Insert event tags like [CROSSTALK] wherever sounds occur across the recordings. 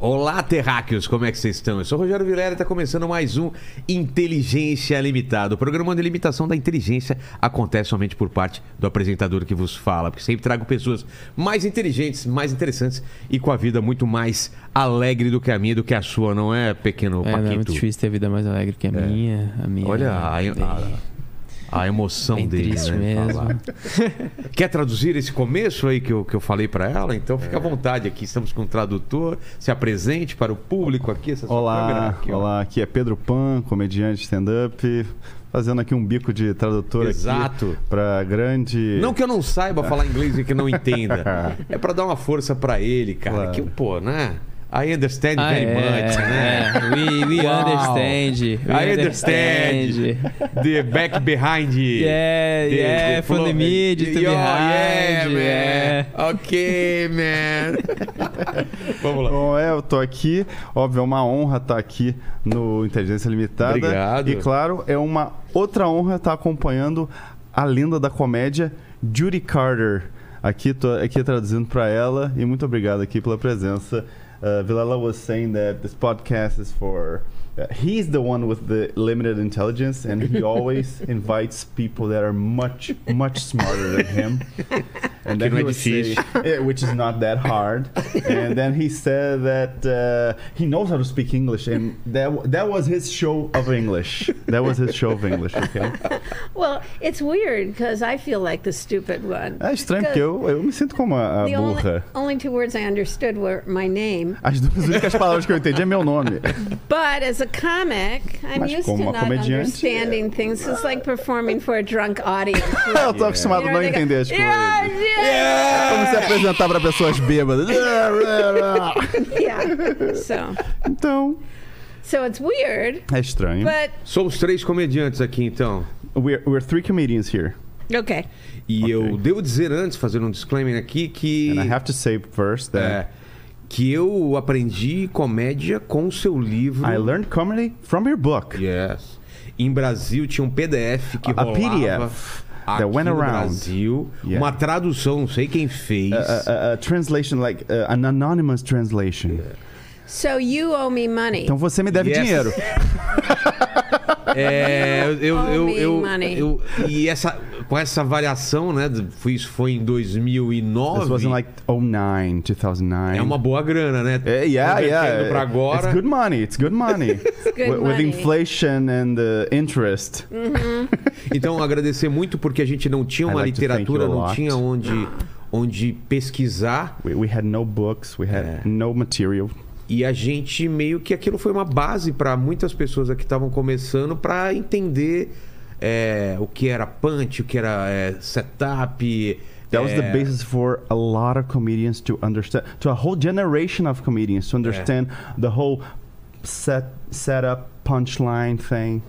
Olá, terráqueos, como é que vocês estão? Eu sou o Rogério Vilela e está começando mais um Inteligência Limitada. O programa de limitação da inteligência acontece somente por parte do apresentador que vos fala, porque sempre trago pessoas mais inteligentes, mais interessantes e com a vida muito mais alegre do que a minha, do que a sua, não é, pequeno É, não é muito Paquito? É. difícil ter a vida mais alegre que a minha. A minha Olha a, bem- a- a emoção bem dele, triste né? mesmo. [LAUGHS] falar. Quer traduzir esse começo aí que eu, que eu falei para ela? Então É. fica à vontade aqui, estamos com o tradutor. Se apresente para o público aqui. Essa sua câmera Olá, aqui, ó. olá, aqui é Pedro Pan, comediante stand-up, fazendo aqui um bico de tradutor Exato. aqui para grande. Não que eu não saiba falar inglês e que não [LAUGHS] entenda. É pra dar uma força pra ele, cara. Claro. Que, pô, né? I understand Ah, very é, much, né? é. We, we Uau. understand. We I understand. The back behind. Yeah, the- yeah, the from the flow. mid to Yo, behind. Yeah, yeah. man. Ok, [LAUGHS] man. Vamos lá. Bom, é, eu tô aqui. Óbvio, é uma honra estar aqui no Inteligência Limitada. Obrigado. E claro, é uma outra honra estar acompanhando a lenda da comédia Judy Carter. Aqui, tô, aqui traduzindo para ela. E muito obrigado aqui pela presença. Uh, Vilela was saying that this podcast is for. uh, he's the one with the limited intelligence, and he always invites people that are much, much smarter than him. And then não é he would say, difícil. yeah, which is not that hard. and then he said that uh, he knows how to speak English, and that that was his show of English. That was his show of English. Okay. Well, it's weird because I feel like the stupid one. É Ah, estranho porque eu, eu me sinto como a, a The only, burra. only two words I understood were my name. As duas únicas palavras que eu entendi é meu nome. [LAUGHS] But as a comic, I'm Mas used to como uma not comediante, understanding things. It's like performing for a [LAUGHS] drunk audience. You Eu tô acostumado a know, não they go, entender as yeah, coisas. yeah, Como se apresentar pra pessoas bêbadas. [LAUGHS] yeah. So, Então, so it's weird, é estranho. but Somos três comediantes aqui, então. We're, we're three comedians here. okay. E eu devo dizer antes, fazendo um disclaimer aqui, que. And I have to say first that É, que eu aprendi comédia com o seu livro. I learned comedy from your book. Yes. Em Brasil tinha um PDF que A rolava PDF that aqui went no around. Brasil. Yeah. Uh, Uma tradução, não sei quem fez. a, a- a translation, like uh, an anonymous translation. So you owe me money. Então você me deve Yes. dinheiro. [LAUGHS] É, eu, eu, eu, eu- Money. eu- e essa com essa variação, né? Foi, isso foi em This 2009. was in like 09, 2009. É uma boa grana, né? É, Eh, yeah, Convertendo yeah. Pra agora. It's good money. It's good [LAUGHS] money. good With- With money. Mm. inflation and uh, interest. Então, agradecer muito porque a gente não [LAUGHS] tinha I'd uma like to thank literatura, you a não lot. tinha onde, onde pesquisar. We, we had no books. We had É. no material. E a gente meio que aquilo foi uma base para muitas pessoas que estavam começando para entender é, o que era punch, o que era é, setup. That was the é, basis for a lot of comedians to understand, to a whole generation of comedians to understand the whole set setup punchline thing.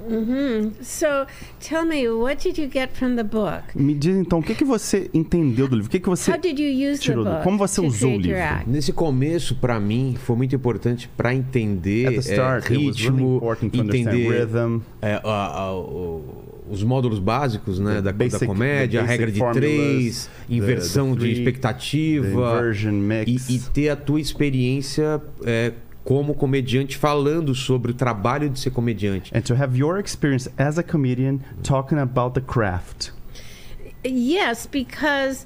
So tell me, what did you get from the book? Me diz então, o que, que você entendeu do livro? O que, que você How did you use the tirou do- book Como você to usou o create your livro? act? Nesse começo, para mim, foi muito importante para At entender the start, é, it was really ritmo, important to understand entender rhythm. é, a- a- o- os módulos básicos né, da, da basic- comédia, a the basic regra de formulas, três, the- inversão the de three, expectativa the inversion mix. E, e ter a tua experiência é, como comediante falando sobre o trabalho de ser comediante. And to have your experience as a comedian talking about the craft. Yes, because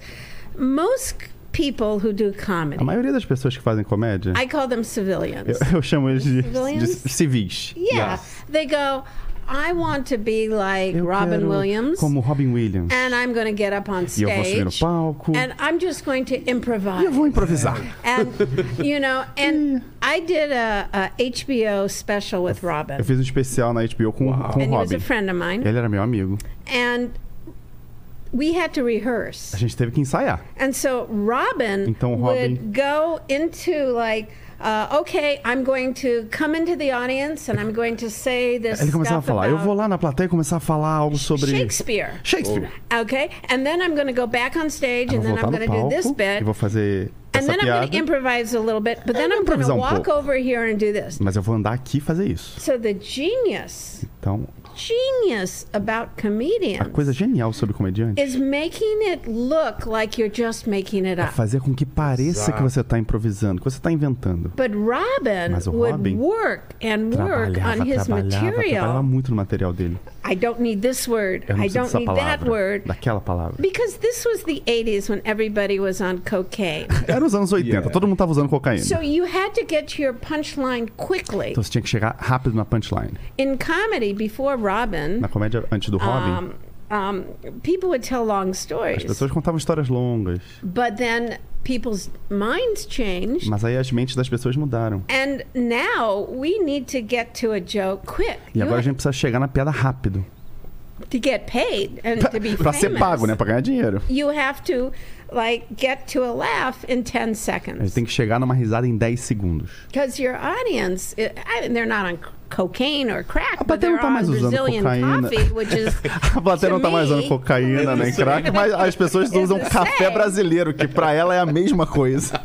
most c- people who do A comedy, maioria das pessoas que fazem comédia, I call them civilians. eu, eu [LAUGHS] chamo eles de, de Civilians? civis. yeah, Yes. they go, I want to be like Eu Robin quero Williams, Como Robin Williams. and I'm going to get up on E eu vou subir no stage, palco. and I'm just going to E eu improvise. vou improvisar. [LAUGHS] and you know, and I did a, a HBO special with Eu Robin, fiz um especial na HBO com, com o and he was Robin. a friend of mine, Ele era meu amigo. and we had to A rehearse. gente teve que ensaiar. And so Robin Então, Robin- would go into like, uh, okay, I'm going to come into the audience and I'm going to say this Ele começava a stuff falar. Eu vou about lá na plateia e começar a falar algo sobre Shakespeare. Oh. Shakespeare. Okay, and then I'm going to go back on stage Eu and vou then voltar I'm no going to do palco this bit. e vou fazer And and essa then I'm piada. going to improvise a little bit, but then I'm going improvisar um to walk pouco. over here and do this. Mas eu vou andar aqui e fazer isso. So the genius, Então, genius about a comedians coisa genial sobre comediante é is making it look like you're just making it é up. fazer com que pareça Exato. que você tá improvisando, que você tá inventando. But Robin Mas o would Robin work and work on Trabalhava, his trabalhava, trabalhava material. muito no material dele. I don't need this word. Eu não I preciso don't dessa need that palavra, word. daquela palavra. Because this was the 80s when everybody was on [LAUGHS] cocaine. [LAUGHS] Era os anos 80, Yeah. todo mundo tava usando cocaína. so you had to get to your punchline quickly. Então você tinha que chegar rápido na punchline. In comedy, before Robin, Na comédia antes do Robin, um, um, people would tell long as stories. pessoas contavam histórias longas. But then people's minds changed. Mas aí as mentes das pessoas mudaram. And now we need to get to a joke quick. E You agora a have gente precisa chegar na piada rápido. to get paid and to be [LAUGHS] pra ser famous. pago, né? Pra ganhar dinheiro. You have to like get to a laugh in 10 A gente seconds tem que chegar numa risada em 10 segundos. because your audience i I mean, they're not on c- cocaine or crack, A plateia but they're não tá mais on usando Brazilian cocaína. coffee, which is [LAUGHS] A plateia to não tá mais me, usando cocaína nem crack, mas as pessoas It's usam the café same. brasileiro, que pra ela é a mesma [LAUGHS] coisa.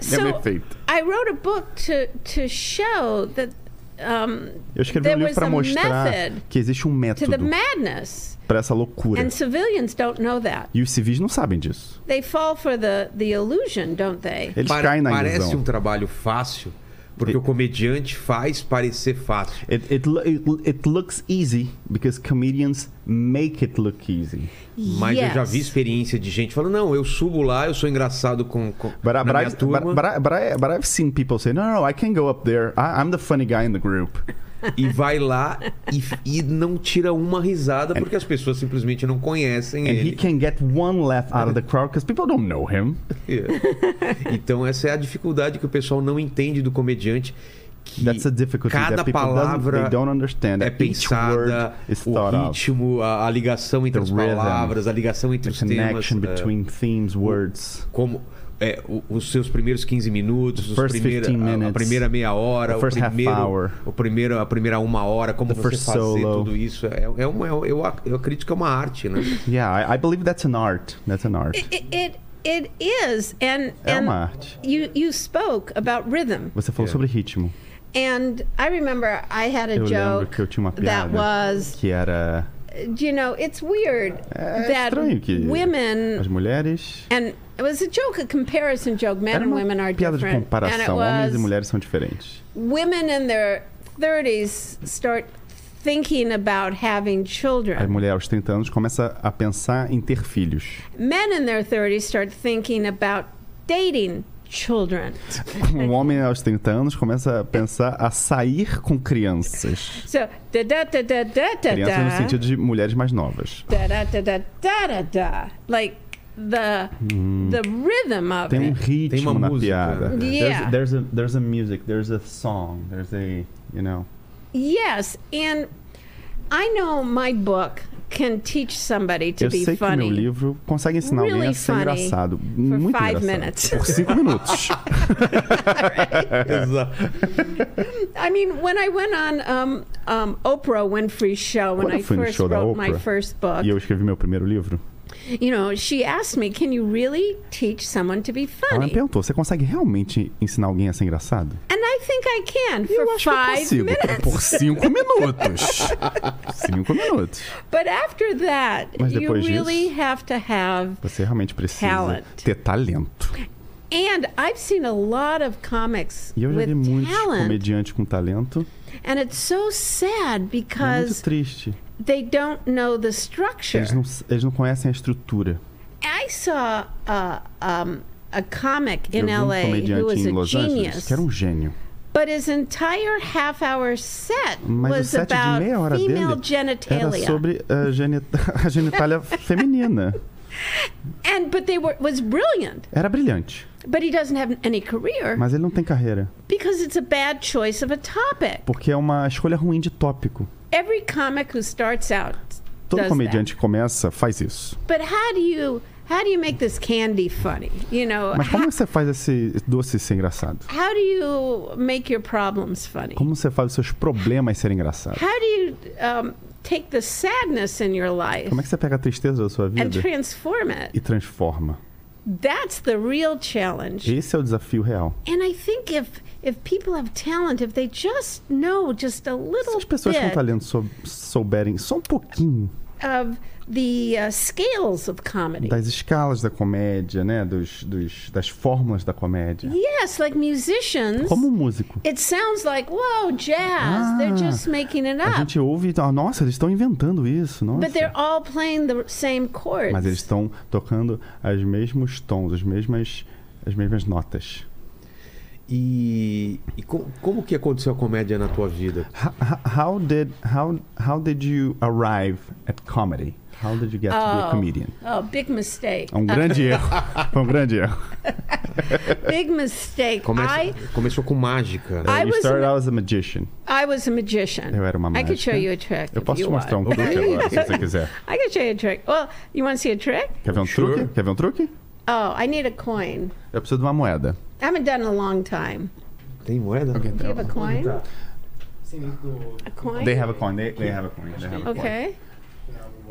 So Mesmo efeito. I wrote a book to to show that um, Eu escrevi there um livro was pra a mostrar method que existe um to the método madness, pra essa loucura. and civilians don't know that. E os civis não sabem disso. They fall for the the illusion, don't they? Eles Pare- caem na parece ilusão. um trabalho fácil, porque E- o comediante faz parecer fácil. It, it, lo- it, it looks easy because comedians make it look easy. Mas eu já vi Yes. experiência de gente falando, não, eu subo lá, eu sou engraçado com, com But, I, na but, minha I've, turma." but, but, I, but, I, but I've seen people say, no, no, no, I can go up there. I, I'm the funny guy in the group. [LAUGHS] e vai lá e, e não tira uma É. risada porque as pessoas simplesmente não conhecem And he ele. can get one laugh out of the crowd because people don't know him. É. Então essa é a dificuldade que o pessoal não entende do comediante que That's a difficulty cada that people doesn't, palavra they don't understand. é that each word pensada, is thought o of. ritmo, a, a ligação entre The as rhythm, palavras, a ligação entre The os temas, connection é, between themes, words. como é, o- os seus primeiros 15 minutos, os first primeira, 15 a- a, minutes, primeira meia hora, the o first half primeiro, hour. o primeiro, a primeira uma hora, como The você first fazer solo. tudo isso. É, é uma, eu, eu ac- eu acredito que é uma arte, [LAUGHS] né? [LAUGHS] Yeah, I, I believe that's an art. That's an art. It it it, it is, and É and uma arte. you you spoke about rhythm. Você falou Yeah. sobre ritmo. And I remember I had a Eu lembro joke que eu tinha uma that piada was, que era you know, it's weird É that estranho que as women mulheres. and it was a joke, a comparison joke. Men Era and uma women are piada de different, and it comparação. Homens e was mulheres são diferentes. women in their 30s start thinking about having A children. mulher aos 30 anos começa a pensar em ter filhos. Men in their 30s start thinking about dating children. [LAUGHS] Um homem aos 30 anos começa a pensar a sair com crianças. So da da da da da da Crianças no da. sentido de mulheres mais novas. da da da da da da da like the Hmm. the rhythm of Tem um it. ritmo Tem uma na música. piada. Yeah. There's, there's, a, there's a music, there's a song, there's a, you know. Yes, and I know my book can teach somebody to Eu be sei que funny meu livro consegue ensinar alguém a Really ser funny engraçado. for Muito five engraçado. minutes. Por cinco [LAUGHS] minutos. Exato. I mean, when I went on um, um, Oprah Winfrey's show when Quando eu I fui no first show da wrote my Oprah, first book, e eu escrevi meu primeiro livro. you know, she asked me, "Can you really teach someone to be Ela funny?" me perguntou, você consegue realmente ensinar alguém a ser engraçado? And I think I can eu for acho que eu five consigo. minutes. Por cinco minutos. [LAUGHS] cinco minutos. But after that, Mas you depois really disso- have to have. Você realmente precisa Talent. ter talento. And I've seen a lot of comics E eu já with vi muitos talent, comediantes com talento. and it's so sad e É muito because triste. they don't know the structure. Eles não, eles não conhecem a estrutura. I saw a, um, a comic in eu vi um LA who comediante was em a Los Angeles genius, que era um gênio. but his entire half hour set Mas o was set de about meia hora female dele era genitalia. sobre a, genita [LAUGHS] a genitália feminina. And but they were was brilliant, Era brilhante, but he doesn't have any career mas ele não tem carreira. because it's a bad choice of a topic. Porque é uma escolha ruim de tópico. Every comic who starts out Todo does comediante que começa faz isso. that. But how do you how do you make this candy funny? You know, Mas how, como você faz esse doce ser engraçado? how do you make your problems funny? Como você faz os seus problemas serem engraçados? How do you um, take the sadness in your life Como é que você pega a tristeza da sua and vida transform it? e transforma? That's the real challenge. Esse é o desafio real. And I think if if people have talent, if they just know just a Se little as pessoas com bit talento sou- souberem só um pouquinho of the uh, scales of comedy, das escalas da comédia, né? Dos, dos- das fórmulas da comédia. yes, like musicians, Como um músico. it sounds like whoa, jazz. They're Ah. just making it A up, gente ouve e tá, nossa, eles estão inventando isso, nossa. but they're all playing the same chords. Mas eles estão tocando os mesmos tons, as mesmas, as mesmas notas. E, e co- como que aconteceu a comédia na tua vida? Ho- ho- How did, how, how did you arrive at comedy? How did you get to be a Oh. comedian? Oh, big mistake! É um [LAUGHS] grande erro. Foi um grande erro. Big mistake! Começa- I Começou com mágica. né? I É, you was started an- out as a magician. I was a magician. Eu era uma I could show mágica. you a trick. Eu if posso you te mostrar um want. truque agora, se você quiser. [LAUGHS] I could show you a trick. Well, you want to see a trick? Quer ver um Sure. truque? Quer ver um truque? Oh, I need a coin. Eu preciso de uma moeda. I haven't done it in a long time. Tem moeda? tá Do you have a coin? A coin? They have a coin. They, they have a coin. They have a coin. Okay.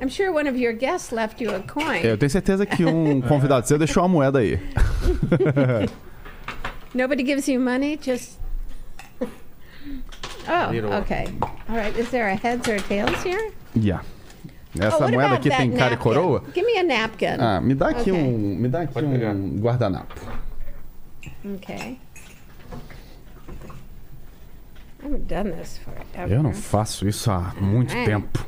I'm sure one of your guests left you a coin. É, Eu tenho certeza que [LAUGHS] um convidado seu deixou uma moeda aí. Nobody gives you money, just. Oh, Little one. okay. All right. Is there a heads or tails here? Yeah. Oh, Essa what moeda about aqui that tem cara e napkin? coroa? Give me a napkin. Ah, me dá aqui Ok. um, me dá aqui Pode pegar. um guardanapo. Okay. I haven't done this forever. Eu não faço isso há muito Tá É. tempo.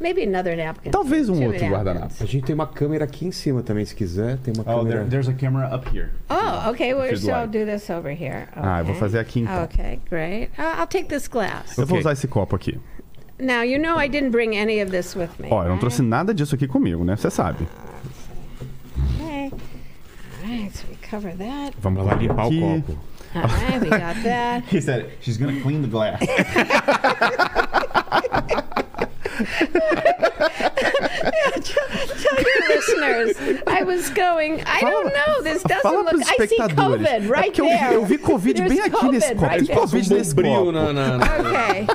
Maybe another napkin. Talvez um Two outro napkins. guardanapo. A gente tem uma câmera aqui em cima também, se quiser. Tem uma câmera. Oh, there's a camera up here. Oh, okay. Well, you'd so I'll like. do this over here. Okay. Ah, eu vou fazer aqui então. Okay, great. Uh, I'll take this glass. Eu vou Ok. usar esse copo aqui. Now, you know I didn't bring any of this with me. Ó, eu não trouxe nada disso aqui comigo, né? Você sabe. Okay. All right, so we cover that. Vamos Ela vai limpar aqui. o copo. All right, we [LAUGHS] got that. He said she's gonna clean the glass. Tell your listeners, I don't going, [LAUGHS] I don't know, this doesn't Fala look, pros I see espectadores. COVID é right porque eu, vi- there. eu vi Covid bem There's aqui nesse COVID copo. right Tem né? Covid nesse copo. Bombril na, na, na- Okay.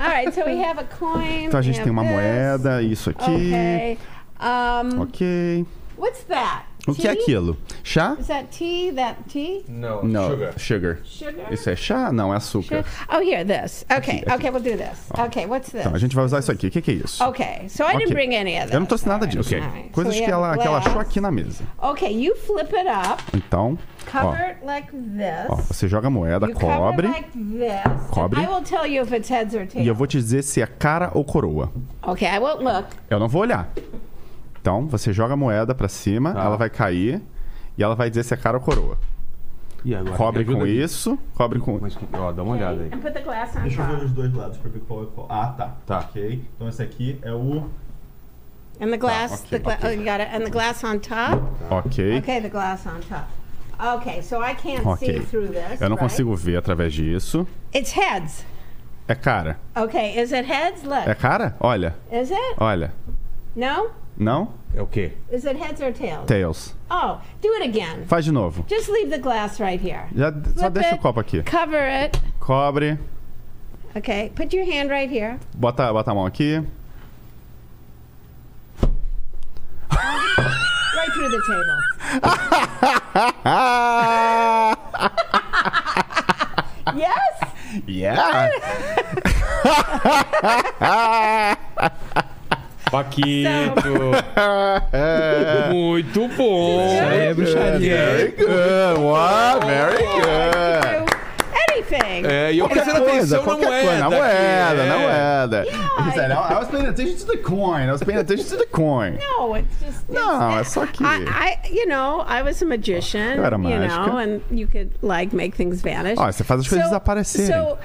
All right, so we have a coin. Então a we gente have tem uma this. moeda, isso aqui. Okay. Um, Ok. What's that? O que é Tea? aquilo? Chá? Is that tea? That tea? Não, Não, sugar. sugar. Sugar? Isso é chá? Não, é açúcar. Oh, here, this. Okay, aqui. okay, we'll do this. Okay, what's this? Então, a gente vai usar isso aqui. O que, que é isso? Okay, so I Ok. didn't bring any of this. Eu não trouxe nada All right, disso. all right. Coisas So we que, have ela, a que ela achou glass. aqui na mesa. Okay, you flip it up, Então, ó, cover it like this. ó, você joga a moeda, you cover cobre, it like this. Cobre. I will tell you if it's heads or tails. e eu vou te dizer se é cara ou coroa. Okay, I won't look. Eu não vou olhar. Então, você joga a moeda pra cima, Tá. ela vai cair, e ela vai dizer se é cara ou coroa. E agora? Cobre Me ajuda com aqui. isso, cobre com... Mas, ó, dá uma olhada aí. And put the glass on Deixa eu ver top. os dois lados pra ver qual é qual. Ah, tá. Tá. Ok. Então esse aqui é o. And the glass, ok, the gla- ok. oh, you got it. And the glass on top. Ok. Okay, the glass on top. Okay, so I can't see Ok. through this. Eu não right? consigo ver através disso. It's heads. É cara. Okay, is it heads? Look. É cara? Olha. Is it? Olha. No? Não? É o quê? Is it heads or tails? Tails. Oh, do it again. Faz de novo. Just leave the glass right here. Já, só Flip deixa it. o copo aqui. Cover it. Cobre. Okay, put your hand right here. Bota, bota a mão aqui. Right through the table. Ah! Yes? [LAUGHS] [LAUGHS] Yeah! Paquito! [LAUGHS] Muito bom! É bruxaria. É. Very good! Wow, very good! Do anything. É, e eu prestando Coisa, atenção é, tá na qualquer moeda. coisa, na moeda, É. é. na moeda. Yeah. He said, I I was paying attention é to the coin. I was paying attention to the coin. No, it's just. it's- Não, é só que- I, I, you know, I was a magician. Eu era you mágica. know, and you could like make things vanish. Ó, você faz as coisas desaparecerem. So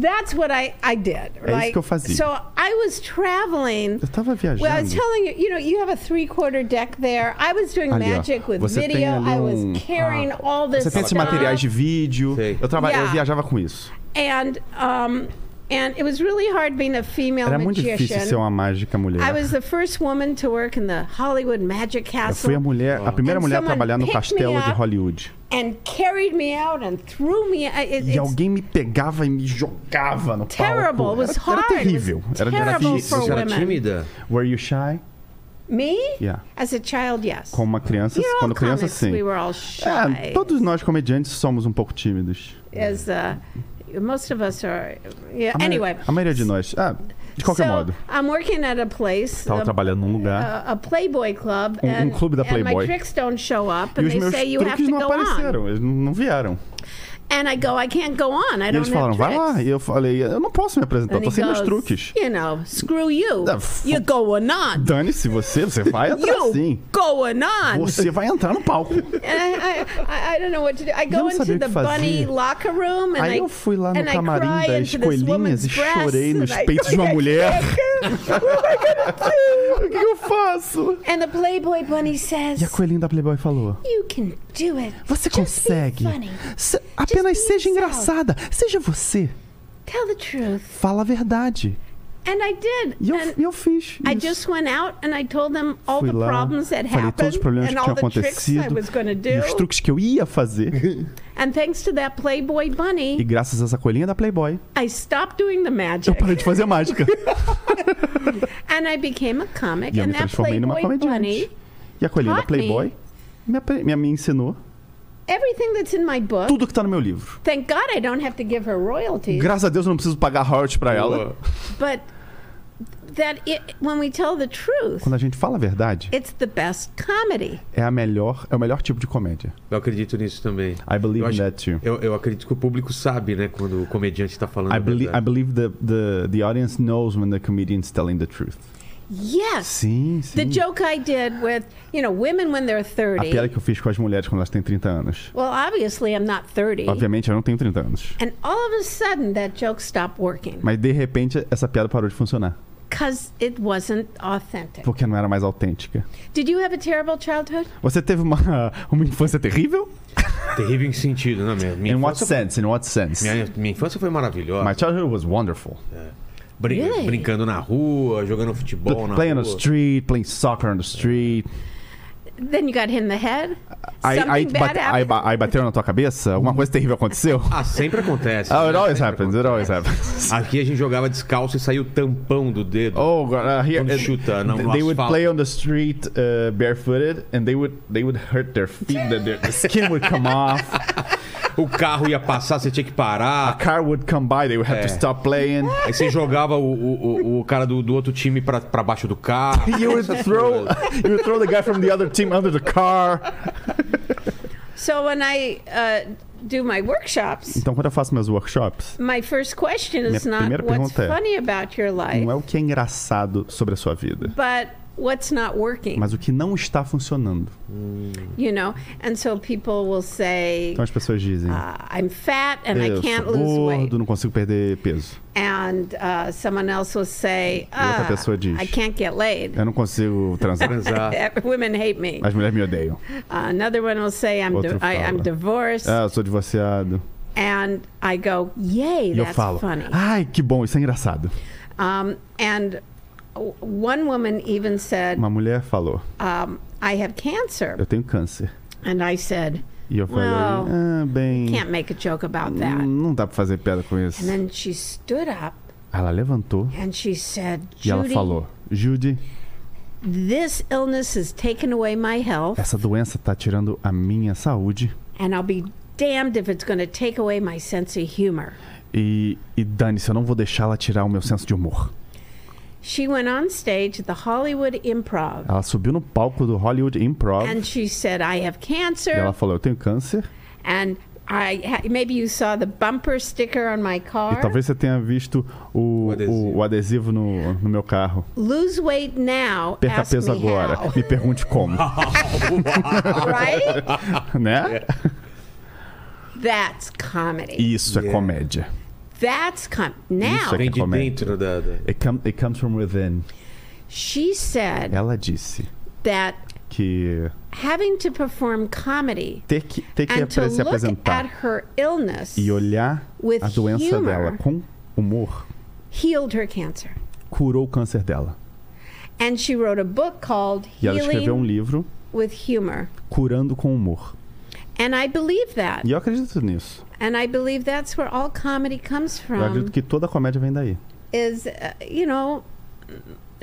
that's what I, I did. isso like, que eu fazia. So I was traveling. Eu tava viajando. Well, I was telling you, you know, you have a three-quarter deck there. I was doing Ali, ó. magic with Você tem video. ali I um- was carrying all this Você tem esses stuff. materiais de vídeo. Sei. Eu, traba... eu Yeah. viajava com isso. and um, and it was really hard being a female Era muito magician. difícil ser uma mágica mulher. I was the first woman to work in the Hollywood Magic Eu Castle. fui a mulher, a primeira And mulher a someone trabalhar no picked castelo me de up. Hollywood. and carried me out and threw me. I- It, E it's alguém me pegava e me jogava no terrible. It palco. was Era, hard. era terrível. It was Era, era terrible Você difícil. for era women. tímida? Were you shy? Me? Yeah. As a child, yes. Como uma criança, You know, quando criança, comics, sim. We were all shy. É, todos nós comediantes somos um pouco tímidos. As uh, most of us are. Yeah. A maioria- Anyway. A maioria de nós. Ah, de qualquer so, modo. I'm working at a place. Tava a- trabalhando num lugar. a, a Playboy Club. Um- um and, clube da and Playboy. my tricks don't show up, e os and uh, they meus say you have to truques não go on. apareceram. Eles não- não vieram. And I go, I can't go on. I E don't eles falaram, have vai tricks. lá. E eu falei, eu não posso me apresentar, And tô he sem meus goes, truques. You know, screw you. Ah, f- You're going on. Dane-se você, você vai [LAUGHS] atrás You sim. going on. Você vai entrar no palco. And I, I, I don't know what to do. I go não sabia into o que the bunny fazer. locker room and Aí I, eu fui lá no and I camarim cry das into this coelhinhas woman's e breasts chorei nos and I- [LAUGHS] peitos de uma mulher. [LAUGHS] o que eu faço? And the Playboy bunny says, E a coelhinha da Playboy falou: You can do it. Você Just be consegue. funny. Se- apenas be seja yourself." engraçada. Seja você. Tell the truth. Fala a verdade. And I did. E eu, and e eu fiz. I isso. just went out and I told them all Fui the lá, problems that falei todos happened os problemas and que all tinham the tricks I acontecido was going to e do. os truques que eu ia fazer. [LAUGHS] And thanks to that Playboy e bunny, graças a essa coelhinha da Playboy, I stopped doing the eu magic parei de fazer [LAUGHS] mágica. and I became a comic. E eu me and that transformei numa Playboy comediante. bunny, E a coelhinha da taught me. Playboy me, apre- me, me ensinou everything that's in my book. tudo que tá no meu livro. Thank God I don't have to give her royalties. Graças a Deus eu não preciso pagar royalties pra ela. But that it, when we tell the truth, Quando a gente fala a verdade, it's the best comedy. é a melhor, é o melhor tipo de comédia. Eu acredito nisso também. I believe Eu in acho- that too. Eu, eu acredito que o público sabe, né? Quando o comediante tá falando. a I believe, I verdade. believe the, the, the audience knows when the comedian's telling the truth. Yes. Sim, The sim. joke I did with, you know, women when they're A 30. piada que eu fiz com as mulheres quando elas têm 30 anos. Well, obviously I'm not 30. Obviamente eu não tenho 30 anos. And all of a sudden that joke stopped working Mas de repente essa piada parou de funcionar. because it wasn't authentic. Porque não era mais autêntica. Did you have a terrible childhood? Você teve uma, [LAUGHS] uma infância terrível? Terrível em sentido, né, meu? Minha In what infância, sense? In what sense? minha, minha infância foi maravilhosa. My childhood was wonderful. Brin- Really? Brincando na rua, jogando futebol na playing on rua. the street, playing soccer on the street. Then you got hit in the head? Aí, aí, Something bad bate- aí, happened? ba- aí bateram na tua cabeça? Alguma coisa terrível [LAUGHS] aconteceu? Ah, sempre acontece. Oh, né? it always Sempre happens, it always happens. Aqui a gente jogava descalço e saiu o tampão do dedo. [LAUGHS] Oh, God, uh, here Quando chuta, não, they no would asfalto. play on the street uh, barefooted and they would they would hurt their feet, their, their skin would [LAUGHS] come off, Oh. O carro ia passar, você tinha que parar. car would come by, they would have to É. stop [LAUGHS] playing. Aí você jogava o, o, o- o cara do, do outro time pra, pra baixo do carro. [LAUGHS] You would throw [LAUGHS] you would throw the guy from the other team under the car. So when I uh, do my workshops, Então quando eu faço meus workshops, my first question Minha is not primeira what's pergunta é, funny about your life, não é o que é engraçado sobre a sua vida, but what's not working. mas o que não está funcionando. you know and so people will say Então as pessoas dizem: uh, i'm fat and i Eu can't sou lose weight gordo, não consigo perder peso. and uh, someone else will say E outra "Ah, pessoa diz, "Ah, i can't get laid Eh, Eu não consigo transar. [LAUGHS] Transar. women hate me As mulheres me odeiam. Uh, another one will say i'm, Outro di- I, am fala. divorced Ah, eu sou divorciado. and i go yay E eu that's falo: funny Ai, que bom, isso é engraçado. um, and w- one woman even said Uma mulher falou: um, i have cancer Eu tenho câncer. and i said E eu falei: Well, Ah, bem. can't make a joke about that hum, and Não dá pra fazer piada com isso. then she stood up Ela levantou and she said e ela judy falou: Judy, This illness has taken away my health, essa doença tá tirando a minha saúde. and I'll be damned if it's going to take away my sense of humor. E, e dane-se, eu não vou deixar ela tirar o meu senso de humor. She went on stage at the Hollywood Improv, Ela subiu no palco do Hollywood Improv. and she said, "I have E ela cancer," falou: Eu tenho câncer. and I ha- maybe you saw the bumper sticker on my E car. talvez você tenha visto o, o O adesivo, adesivo. o, adesivo no, no meu carro. Lose weight now. Perca ask peso me agora. how." Me [LAUGHS] pergunte como. right? né? É. That's comedy. Isso é Yeah. comédia. That's com. Now Isso é- Vem de Recomendo. dentro da. da- It, come, it comes from within. she said Ela disse that que having to perform comedy ter que, ter que and to se look at apresentar her illness e olhar with a doença humor. dela com humor healed her cancer. curou o câncer dela. And she wrote a book called E ela Healing escreveu um livro with Humor. curando com humor. And I believe that. E eu acredito nisso. And I believe that's where all comedy comes Eu acredito from que toda comédia vem daí. is, uh, you know,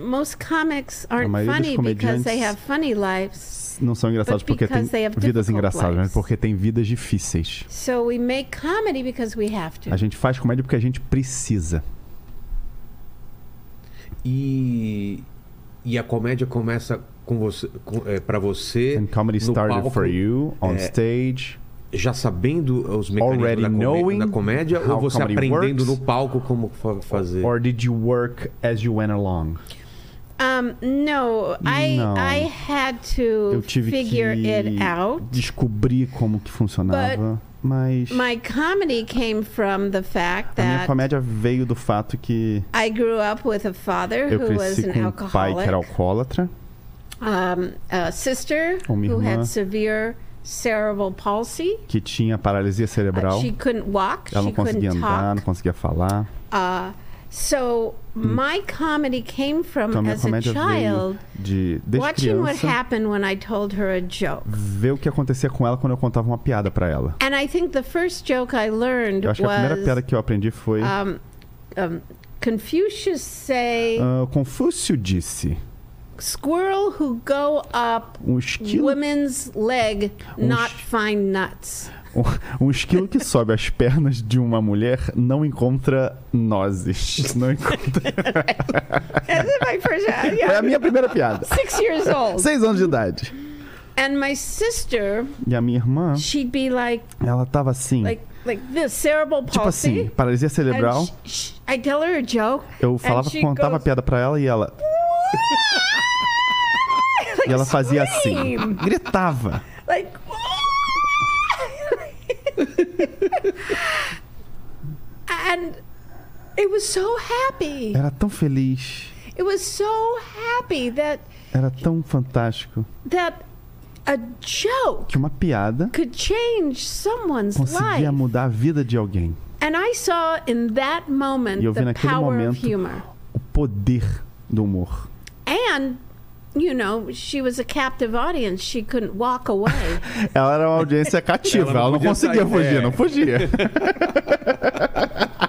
most comics aren't maioria dos funny because they comediantes- have funny lives. Não são engraçados But porque têm because they have vidas difficult engraçadas, mas lives. porque têm vidas difíceis. So we make comedy because we have to. A gente faz comédia porque a gente precisa. E, e a comédia começa com você, com, é, para você And comedy no started palco, for you on é, stage. já sabendo os mecanismos Already da, come- knowing da comédia ou how você comedy aprendendo works. no palco como fa- fazer? Or did you work as you went along? Um, no, I Não. I had Eu to tive figure que it out. descobrir como que funcionava, mas My comedy came from the fact a minha that comédia veio do fato que I grew up with a father eu who was cresci an com um pai que era alcoholic, alcoólatra, um, a sister Uma who irmã. had severe cerebral palsy. que tinha paralisia Uh, cerebral, she couldn't walk. ela she não conseguia couldn't andar, não talk. conseguia falar. Uh, so my comedy came from Então a minha as a comédia veio child de desde watching what criança happened when I told her a joke. ver o que acontecia com ela quando eu contava uma piada pra ela. And I think the first joke I learned Eu acho que a primeira piada was que eu aprendi foi um, um, Confucius say, ah, Confúcio disse, "Squirrel who go up um esquilo, woman's leg, not Oh, sh- [LAUGHS] find nuts." um, um esquilo que sobe as pernas de uma mulher não encontra nozes. Não encontra... That's my first. Foi [LAUGHS] É a Yeah, minha primeira piada. [LAUGHS] six years old. Seis anos de idade. And my sister, E a minha irmã, she'd be like, ela tava assim, like, like this cerebral Mm. tipo palsy. assim, paralisia And cerebral. sh- sh- I tell her a joke. [LAUGHS] Eu falava, she contava a goes- piada pra ela e ela. e ela fazia assim. scream. [LAUGHS] Gritava. Like, [LAUGHS] and it was so happy. Era tão feliz. It was so happy that Era tão fantástico that a joke que uma piada could change someone's conseguia life. mudar a vida de alguém. And I saw in that moment E eu vi the naquele power of momento humor. o poder do humor. And you know, she was a captive audience. She couldn't walk [LAUGHS] away. Ela era uma audiência cativa, Ela não ela não, podia conseguia sair, fugir, é. não fugia. [LAUGHS]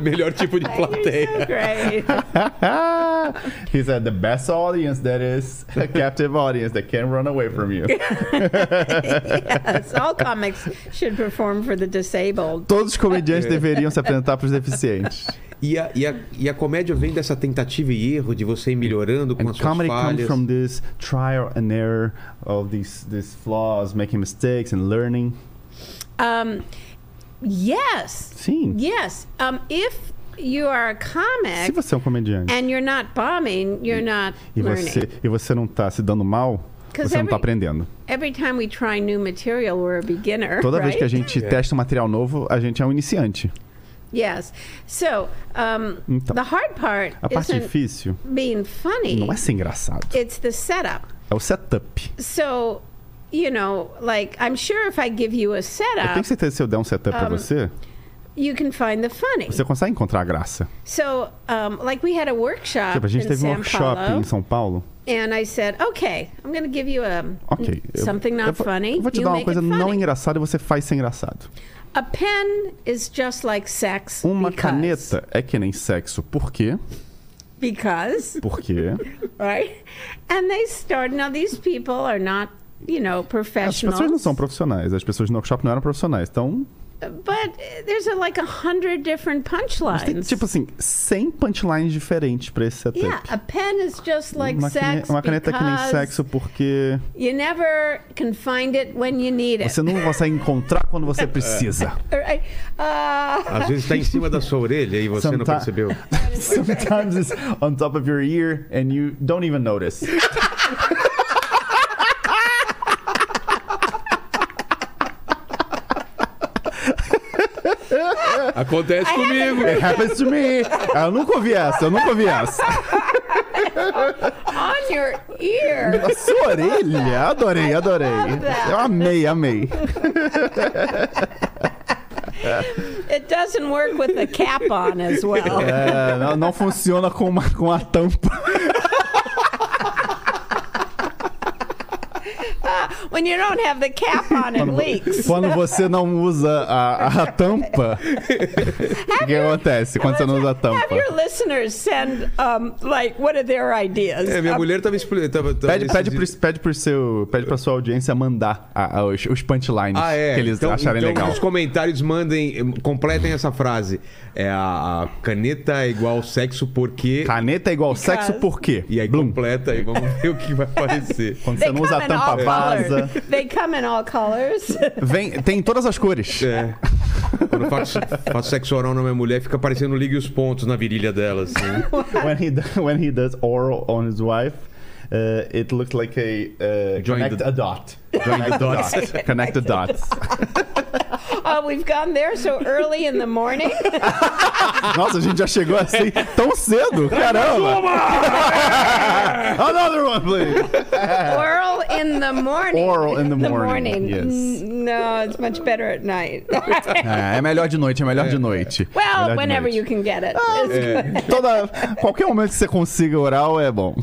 Melhor tipo de You're so plateia. great. [LAUGHS] [LAUGHS] He said the best audience that is a captive audience that can't run away from you. yes, all comics should perform for the disabled. [LAUGHS] Todos os comediantes deveriam se apresentar para os deficientes. E a, e, a, e a comédia vem dessa tentativa e erro de você ir melhorando com And as suas comedy comes falhas. from this trial and error of these these flaws, making mistakes and learning. Um, yes, Sim. yes. Um, if you are a Se comic você é um comediante and you're not bombing, you're not e learning. você e você não tá se dando mal, você 'Cause não tá every- aprendendo. Every time we try new material, we're a beginner. Toda right? vez que a gente É. testa um material novo, a gente é um iniciante. Yes. So um, Então. the hard part A parte isn't difícil being funny. não é ser engraçado, It's the setup. é o setup. So, you know, like I'm sure if I give you a Eu tenho setup, certeza que se eu der um setup Ah, pra você, you can find the funny. você consegue encontrar a graça. So, um, like we had a workshop Tipo, a gente in teve um São workshop Paulo, em São Paulo. and I said, "Okay, I'm going to give you a Ok. eu- something eu not vou- funny. Eu vou te you dar uma make coisa it não funny. engraçada e você faz ser engraçado. A pen is just like sex. Uma because, caneta é que nem sexo. Por quê? because [LAUGHS] Porque right? And they start. Now these people are not, you know, as professionals. pessoas não são profissionais. As pessoas no workshop não eram profissionais. Então, But uh, there's uh, like a hundred different punchlines. tem, tipo assim, 100 punchlines diferentes pra esse setup. yeah, a pen is just like uma, cane- sex. uma caneta é que nem because sexo porque You never can find it when you need it. você não consegue encontrar quando [LAUGHS] você precisa. All right. Uh, Às vezes está em cima da sua orelha e você não Someti- percebeu. [LAUGHS] Sometimes it's on top of your ear and you don't even notice. Acontece comigo. It happens to me. Eu nunca ouvi essa, eu nunca ouvi essa. on your ear. A sua orelha? Adorei, adorei. Eu amei, amei. It doesn't work with the cap on as [LAUGHS] well. É, não, não funciona com, uma, com a tampa. when you don't have the cap on, [LAUGHS] it leaks. Quando você não usa a, a tampa, o que acontece? Quando você não usa a Have tampa? your listeners send, um, like, what are their ideas? É, minha Um, mulher tava explicando. Pede, pede, pro, pede, pro seu, pede pra sua audiência mandar a- a- os, os punchlines Ah, é. que eles então, acharem então legal. Os comentários mandem, eh, completem essa frase. É a, a caneta é igual sexo porque. Caneta é igual sexo, Because- por quê? E aí Blum. completa e vamos [LAUGHS] ver o que vai aparecer. Quando They você não usa a come in all tampa, vaza. colors. They come in [LAUGHS] all colors. Vem, tem todas as cores. É. Quando eu faço, faço sexo oral na minha mulher, fica parecendo liga e os pontos na virilha dela, assim. [LAUGHS] when he do- when he does oral on his wife, uh, it looks like a uh, Join connect the- a dot. Join the Connect dots. a dot. connect the dots. Oh, we've gone there so early in [LAUGHS] the morning. [LAUGHS] Nossa, a gente já chegou assim tão cedo, caramba! [LAUGHS] Another one, please. Oral in the morning. Oral in the morning, morning. yes. N- No, it's much better [LAUGHS] at night. É, é melhor de noite, é melhor de noite. Melhor de [LAUGHS] well, whenever noite. you can get it. Oh, It's- É. Toda, qualquer momento que você consiga oral é bom.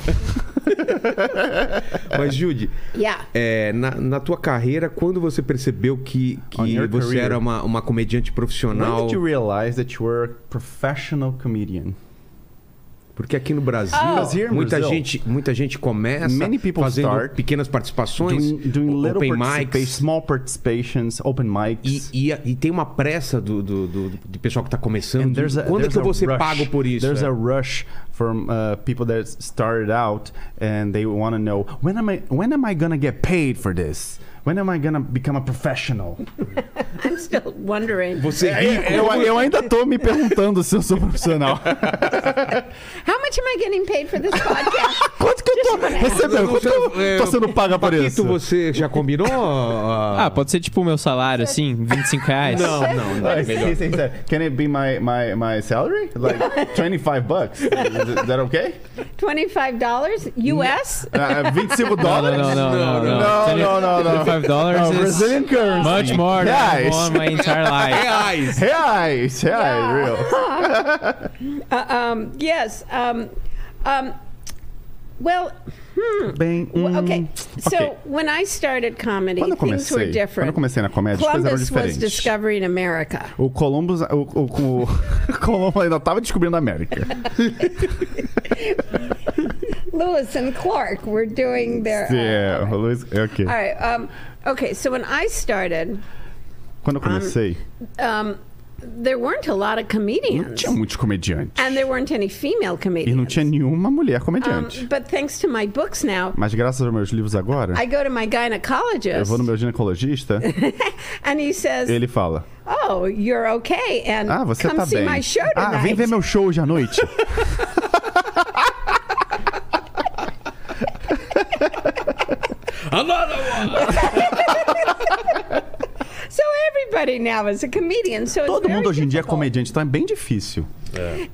Mas, Jude, Yeah. é, na, na tua carreira, quando você percebeu que, On que your você career. era uma, uma comediante profissional? realize that you were a professional comedian? Porque aqui no Brasil, Oh. Because here in muita, Brazil- gente, muita gente começa Many people fazendo start pequenas participações, Doing, doing little open participa- mics. small participations, open mics. E, e- e tem uma pressa do, do, do- do pessoal que tá começando. And there's a- Quando é there's que eu a vou ser rush. pago por isso? There's É. a rush from uh, people that started out and they want to know when am I when am I gonna get paid for this? When am I gonna become a professional? I'm still wondering. É, Você rico, eu, eu ainda tô me perguntando se eu sou profissional. How much am I getting paid for this [LAUGHS] podcast? [LAUGHS] Quanto que eu tô recebendo? Quanto que eu tô tá sendo paga por Paquito, isso? você já [LAUGHS] combinou? Ah, ah, pode ser tipo o meu salário, assim, 25 reais. Não, não, é não. He said- he said, Can it be my, my, my salary? Like 25 bucks? Is it- that okay? $25 US? Uh, Não, 25 dólares? não, não, não, não. No, no, no, no. 25 dollars No, is Brazilian currency. much more than I've Reais. won my entire é Reais! life. Reais, reais, real. Uh, um, yes. Um, um, well, hmm. Bem, [LAUGHS] hum, Well, okay. ok. So when I started comedy, Mm, Quando eu things comecei, were quando eu different. comecei na comédia, as coisas eram Columbus was diferentes. discovering America. O Columbus, o, o, o [LAUGHS] Colombo ainda tava descobrindo a América. Lewis and Clark were doing their. [LAUGHS] É, o Luiz, é, ok. All right. Um, okay. So when I started, Quando eu comecei, um, there weren't a lot of não comedians, tinha muitos comediantes. Um, and there weren't any E female não comedians. tinha nenhuma mulher Um, comediante. but thanks to my books now, Mas graças aos meus livros agora, I go to my eu vou no gynecologist, meu ginecologista, [LAUGHS] and he says, ele fala: "Oh, you're okay, and Ah, você come tá see bem. my show tonight." Ah, vem ver meu show hoje à noite. [LAUGHS] So everybody now is a comedian. So it's Todo very mundo hoje em dia é difficult. comediante, então é bem difícil.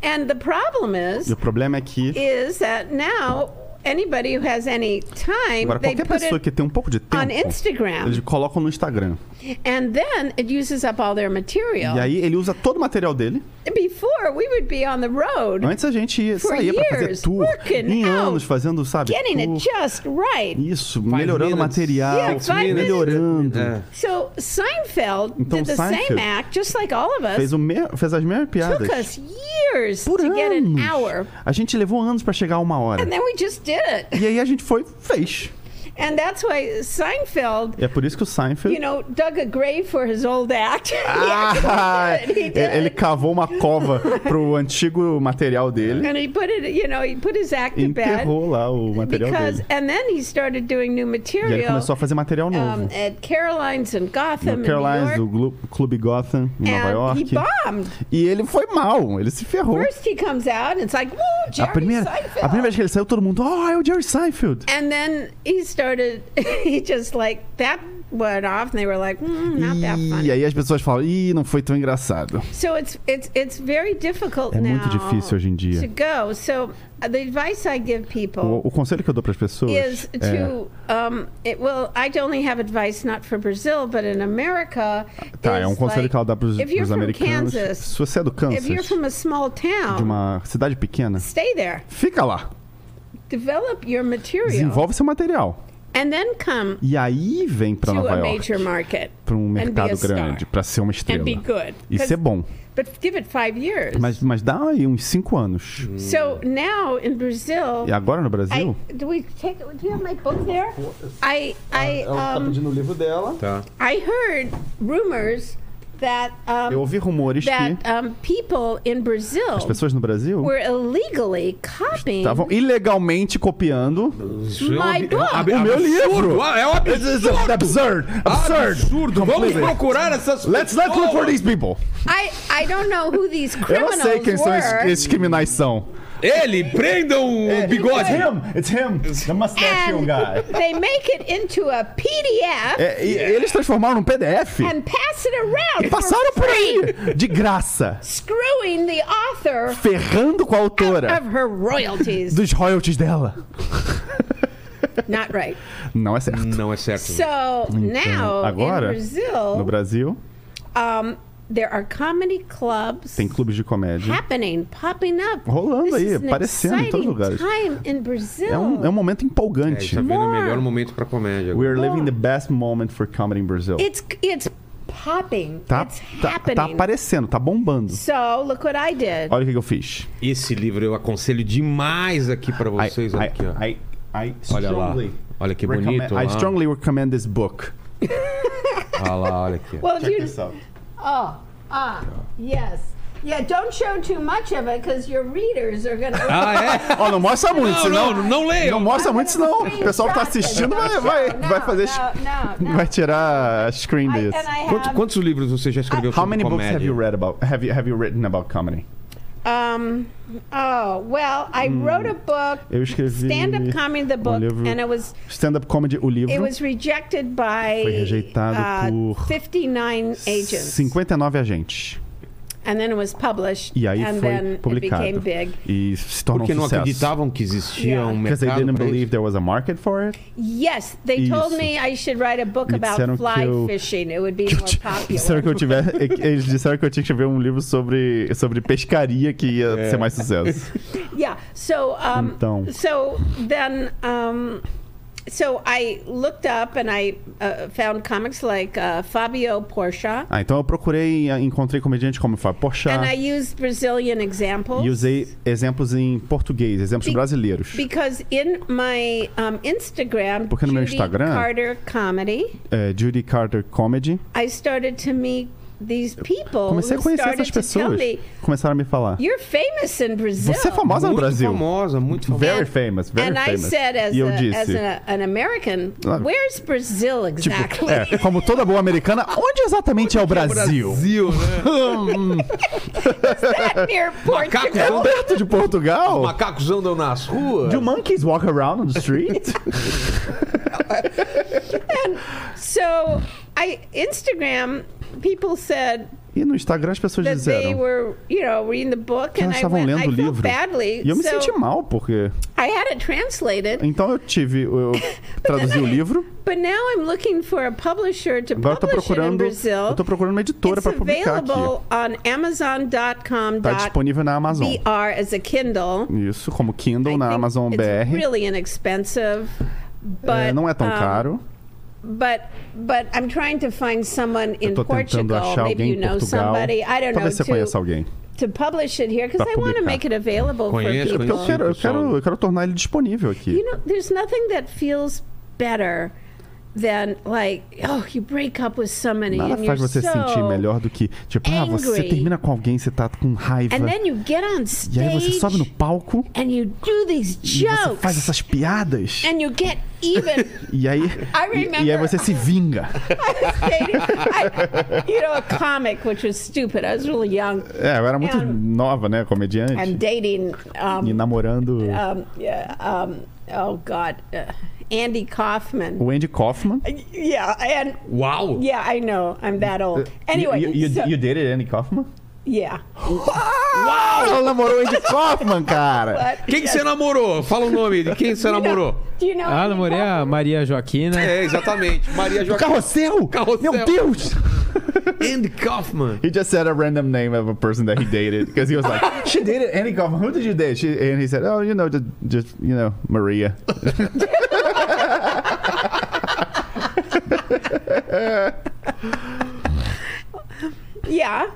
And the problem is, E o problema é que is that now anybody who has any time, Agora, they qualquer put pessoa it que tem um pouco de tempo, on Instagram, eles colocam no Instagram. and then it uses up all their material. E aí ele usa todo o material dele. Before we would be on the road, Antes a gente ia, For saía pra fazer years, tour, working em out, anos fazendo, sabe, getting it tour. just right. Isso, melhorando o minutes. material, Yeah, five melhorando. É. So Seinfeld Então, did the Seinfeld same act, just like all of us. Fez, o me... Fez as mesmas piadas. Took us years Por to get an anos. hour, A gente levou anos pra chegar a uma hora. and then we just did it. E aí a gente foi, fez. And that's why Seinfeld E é por isso que o Seinfeld... you know, dug a grave for his old act. [LAUGHS] He Ah, [LAUGHS] actually did. He did. ele cavou uma cova [LAUGHS] pro antigo material dele and he put it, you know, he put his act e to bed enterrou lá o material because, dele. and then he started doing new E aí ele material começou a fazer material novo. um, at Caroline's and Gotham no in Carolines, New do York. Glu- Clube Gotham, em Nova and he York. bombed. E ele foi mal, ele se ferrou. First he comes out and it's like, whoa, A Jerry primeira, a Seinfeld. primeira vez que ele saiu, todo mundo, oh, é o Jerry Seinfeld. and then he started, [LAUGHS] he just like, that went off and they were like, mm, not that E funny. aí as pessoas falam, ih, não foi tão engraçado. So it's it's it's very difficult É now muito difícil hoje em dia. to go. So uh, the advice I give people O, o conselho que eu dou para as pessoas Oh. is é, to um, it, well i only have advice not for brazil but in america tá, is é um conselho like, que ela dá para if you're os from americanos. Kansas, Se você é do if you're Kansas, from a small de town uma cidade pequena, stay there fica lá, develop your material desenvolve seu material. and then come E aí vem pra to Nova a York, major market pra um and be a mercado star. grande, pra ser uma and be estrela. E good. Isso é 'Cause- bom, But give it five years. mas, mas dá aí uns 5 anos. so now in Brazil, E agora no Brasil? Hum. I, do we take? Do you have my book there? I I um, o livro dela. Tá. I heard rumors that Eu um, ouvi rumores that que um, people in Brazil as pessoas no Brasil were illegally copying. estavam Tá ilegalmente copiando Isso é um My ab- book. ab- o meu absurdo. livro. Ah, É um absurdo. This is absurd, absurd. Absurdo. Vamos Completely. procurar essas Let's not look for these people. I I don't know who these [LAUGHS] Eu criminals não sei quem were. são esses, esses criminais são. Ele, prendam É, o bigode. It's him. The mustachio and [LAUGHS] they make it into a PDF um É, e eles transformaram num PDF. and pass it around. E for passaram por free, aí. De graça. Screwing the author Ferrando com a out of autora. her royalties. Dos royalties dela. Not right. [LAUGHS] Não é certo. Não é certo. So now agora, in Brazil, No Brasil, um, there are comedy clubs tem clubes de comédia. happening, popping up. Rolando This aí, is an aparecendo em todos os exciting lugares. Time in Brazil. É um, é um momento É, empolgante. está vendo o More. melhor momento pra comédia. We agora. are living Bom. the best moment for comedy in Brazil. It's it's popping. Tá, it's tá, happening. tá aparecendo, tá bombando. so look what I did. Olha o que, que eu fiz. Esse livro eu aconselho demais aqui pra I- vocês. I- aqui, ó. I- I Olha lá. strongly Olha que recommend- bonito. lá. I strongly recommend this book. Olha lá, olha aqui. ó. Well, Check you this out. oh ah yes yeah. Don't show too much of it because your readers are gonna. Ah, é? [LAUGHS] Ó, não mostra muito, Não, senão. [LAUGHS] não, é não leia. Não mostra muito, senão. O pessoal que tá assistindo vai, vai, vai fazer. No, [LAUGHS] no, no. Vai tirar a screen I- deles. and I Quanto- have, quantos livros você já escreveu How sobre many books comédia? have you read about? Have you, have you written about comedy? um, oh well, I wrote a book, Hmm. Eu escrevi. stand-up comedy, the book, livro- and it was Stand-up comedy, o livro. It was rejected by Foi rejeitado uh, por 59 agents. 59 agentes. And then it was published. E aí and foi then it became publicado. big. E se tornou Porque um não sucesso. acreditavam que existia Yeah. um Because they mercado didn't pra believe isso. there was a market for it. Yes, they told Isso. me I should write a book Me about disseram que fly eu- fishing. It would be Que eu more ti- [LAUGHS] disseram popular. que eu tiver, eles disseram que eu tinha que escrever um livro sobre, sobre pescaria que ia É. ser mais sucesso. yeah. So um, Então. so then um, so I looked up and I uh, found comics like uh, Fabio Porcia. [LAUGHS] Ah, então eu procurei, encontrei comediante como Fábio Porchat And I used Brazilian examples. e usei exemplos em português, exemplos Be- brasileiros. Because in my um, Instagram, Porque no meu Judy Instagram- Carter Comedy, É, Judy Carter Comedy. I started to meet these people Comecei a who conhecer Oh, started essas to tell pessoas. me, Começaram a me falar. "You're famous in Brazil." Você é famosa no muito Brasil. famosa, muito famosa. Very And- famous, very and famous. I said, as, e eu a- as disse, an, an American, Claro. where's Brazil tipo, exactly? [LAUGHS] é, como toda boa americana, onde exatamente é o Brasil? Brasil, né? [LAUGHS] Near Portugal. Macacos andam, É Perto de Portugal? macacos andam nas ruas. Do monkeys walk around on the street? So I Instagram people said [LAUGHS] e no Instagram as pessoas that they disseram. were, you know, reading the book, que and elas I estavam went, I lendo o felt livro. badly. E eu me so senti mal, porque. I had it translated. Então eu tive. [LAUGHS] Eu traduzi o livro. But now I'm looking for a publisher to Agora eu tô publish it in procurando. Brazil. Eu tô procurando uma editora It's pra publicar aqui. available on amazon.com. Tá disponível na Amazon. BR as a Kindle. Isso, como Kindle I na think Amazon it's BR. really inexpensive. É, But, não é tão um, caro. But but I'm trying to find someone in Eu tô tentando Portugal. achar Maybe alguém you em know Portugal. somebody. I don't Talvez know você conheça to, alguém. to publish it here because Pra I want to publicar. make it available Conheço, conheço. for people. Eu quero, eu, pessoal. quero, eu quero tornar ele disponível aqui. You know, there's nothing that feels better than like, oh, you break up with somebody Nada and faz you're você se so sentir melhor do que, tipo, ah, você angry. termina com alguém, você tá com raiva. And then you get on stage E aí você sobe no palco and you do these e você jokes faz essas piadas. and you get [LAUGHS] even. E aí, e, e aí remember- você se vinga. dating- I, you know, a comic, which was stupid. I was really young É, eu era muito É. nova, né? Comediante. and dating. E Um, namorando um, yeah, um, oh God, uh, Andy Kaufman. o Andy Kaufman. Yeah, and Uau! yeah, I know I'm that old. Anyway, Uh, You, you, so- you dated é Andy Kaufman? yeah. Uau! Ela namorou o Andy Kaufman, cara! But Quem que você namorou? Fala o nome de quem você you namorou. know, do you know? Ah, Andy namorei a Maria Joaquina. É, exatamente. Maria O Joaquim. carrossel! Carrossel. Meu Deus! Andy Kaufman. He just said a random name of a person that he dated because he was like, "She dated Andy Kaufman. Who did you date?" She, and he said, "Oh, you know, just, just you know, Maria." yeah.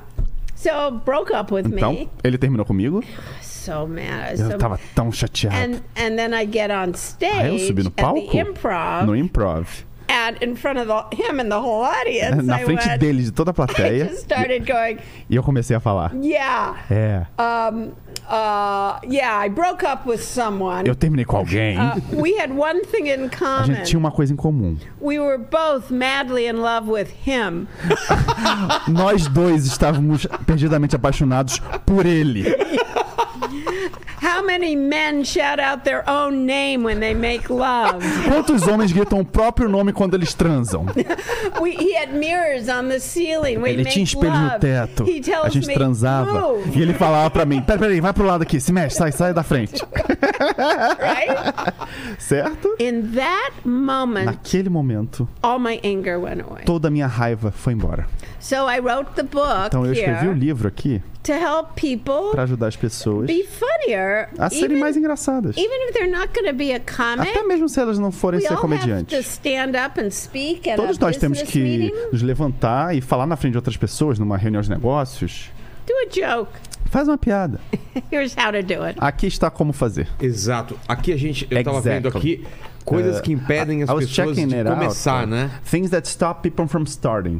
So broke up with Então, me. ele terminou comigo. So mad. I was Eu so- tava tão chateado. and and then I get on stage Aí Ah, eu subi no at the palco. é improv No improv. and in front of the, him and the whole [LAUGHS] audience. Na I frente went, dele, de toda a I [LAUGHS] plateia. just started going, E eu comecei a falar. yeah, É, um, uh, yeah. I broke up with someone. eu terminei com alguém. Uh, we had one [LAUGHS] thing in A common. gente tinha uma coisa em comum. We were both madly in love with him. Nós dois estávamos perdidamente apaixonados por ele. How many men shout out their own name when they make love? [LAUGHS] Quantos homens gritam o próprio nome quando eles transam? We, he had mirrors on the ceiling. We Ele make tinha espelho love. no teto. He tells A gente me, transava. "Move," E ele falava pra mim: Peraí, peraí, vai pro lado aqui, se mexe, sai, sai da frente. [LAUGHS] right? Certo? In that moment, Naquele momento, all my anger went away. toda a minha raiva foi embora. So I wrote the book Então eu escrevi o here livro aqui to help people pra ajudar as pessoas be funnier, a serem even, mais engraçadas. even if they're not going to be a comic. Até mesmo se elas não forem We ser all have to comediantes. stand up and speak at Todos a nós temos business que meeting. nos levantar e falar na frente de outras pessoas numa reunião de negócios. Do a joke. [LAUGHS] Faz uma piada. Here's how to do it. Aqui está como fazer. Exato. Aqui a gente, eu tava vendo Exactly. Uh, aqui coisas que impedem as I was pessoas de checking it out, começar, uh, né? Things that stop people from starting.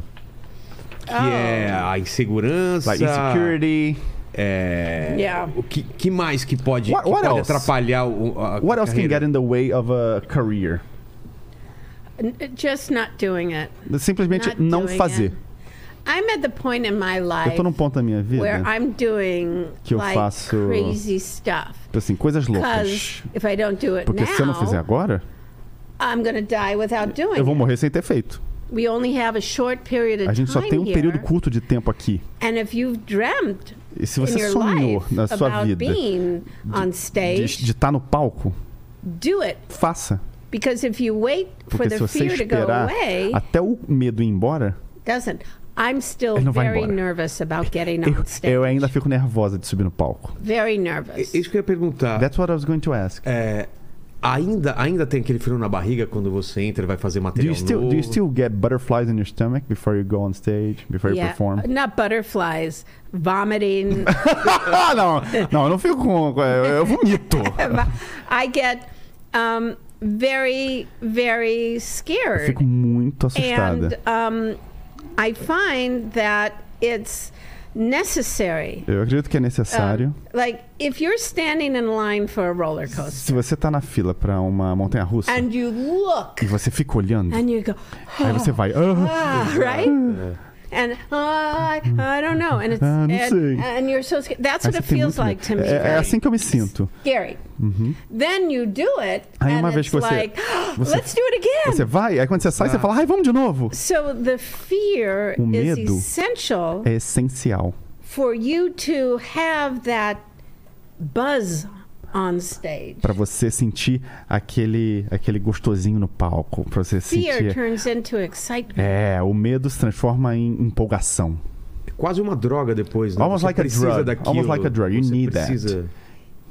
Que é a insegurança. Like insecurity. É... Yeah. O que, que mais que pode, What- que what pode else? atrapalhar o, a What else can carreira? get in the way of a career? N- Just not doing it. Simplesmente Not não doing fazer. it. I'm at the point in my Eu life tô num ponto da minha vida, where I'm doing Que eu like faço- crazy stuff. tipo assim, coisas loucas. Because if I don't do it Porque se eu não now, fizer agora, I'm going to die without doing eu vou it. morrer sem ter feito. We only have a short period of A gente só time tem um here, período curto de tempo aqui. And if you've dreamt E se in você your sonhou life na sua about vida being on de stage, estar no palco, do it. faça. Because if you wait for Porque the se você fear to go esperar away, até o medo ir embora, doesn't. I'm still Ele não vai very embora. [LAUGHS] nervous about getting eu, on stage. eu ainda fico nervosa de subir no palco. Very É nervous. Isso que eu ia perguntar. That's what I was going to ask. É, ainda, ainda tem aquele frio na barriga quando você entra e vai fazer Do you material still novo? do you still get butterflies in your stomach before you go on stage, before you [LAUGHS] perform? Not butterflies, [LAUGHS] vomiting. [LAUGHS] Ah, [LAUGHS] não. Não, eu não fico com. Eu, eu [LAUGHS] vomito. I get um, very, very Eu scared. fico muito And assustada. um, I find that it's necessary. Eu acredito que é necessário. Um, like, if you're standing in line for a roller coaster Se você tá na fila pra uma montanha russa Ah. and you look e você fica olhando, and you go, aí você vai. "Ah, ah, right? And "Ah, I, I don't know. And it's Ah, não sei. and, and you're so scared. That's aí what você it tem feels muito like to medo." me. É, é assim que eu me sinto. Scary. Then you do it, Mm-hmm. Aí and uma vez it's que você- like, [GASPS] você- let's do it again. Você vai, aí quando você sai, você fala, ai, vamos de novo. So the fear O is medo essential É essencial. for you to have that buzz on stage. Pra você sentir aquele, aquele gostosinho no palco. Pra você Fear sentir. turns into excitement. É, o medo se transforma em empolgação. Quase uma droga depois, né? Almost Você like a precisa drug. daquilo. Almost like a drug. You Você need that. precisa,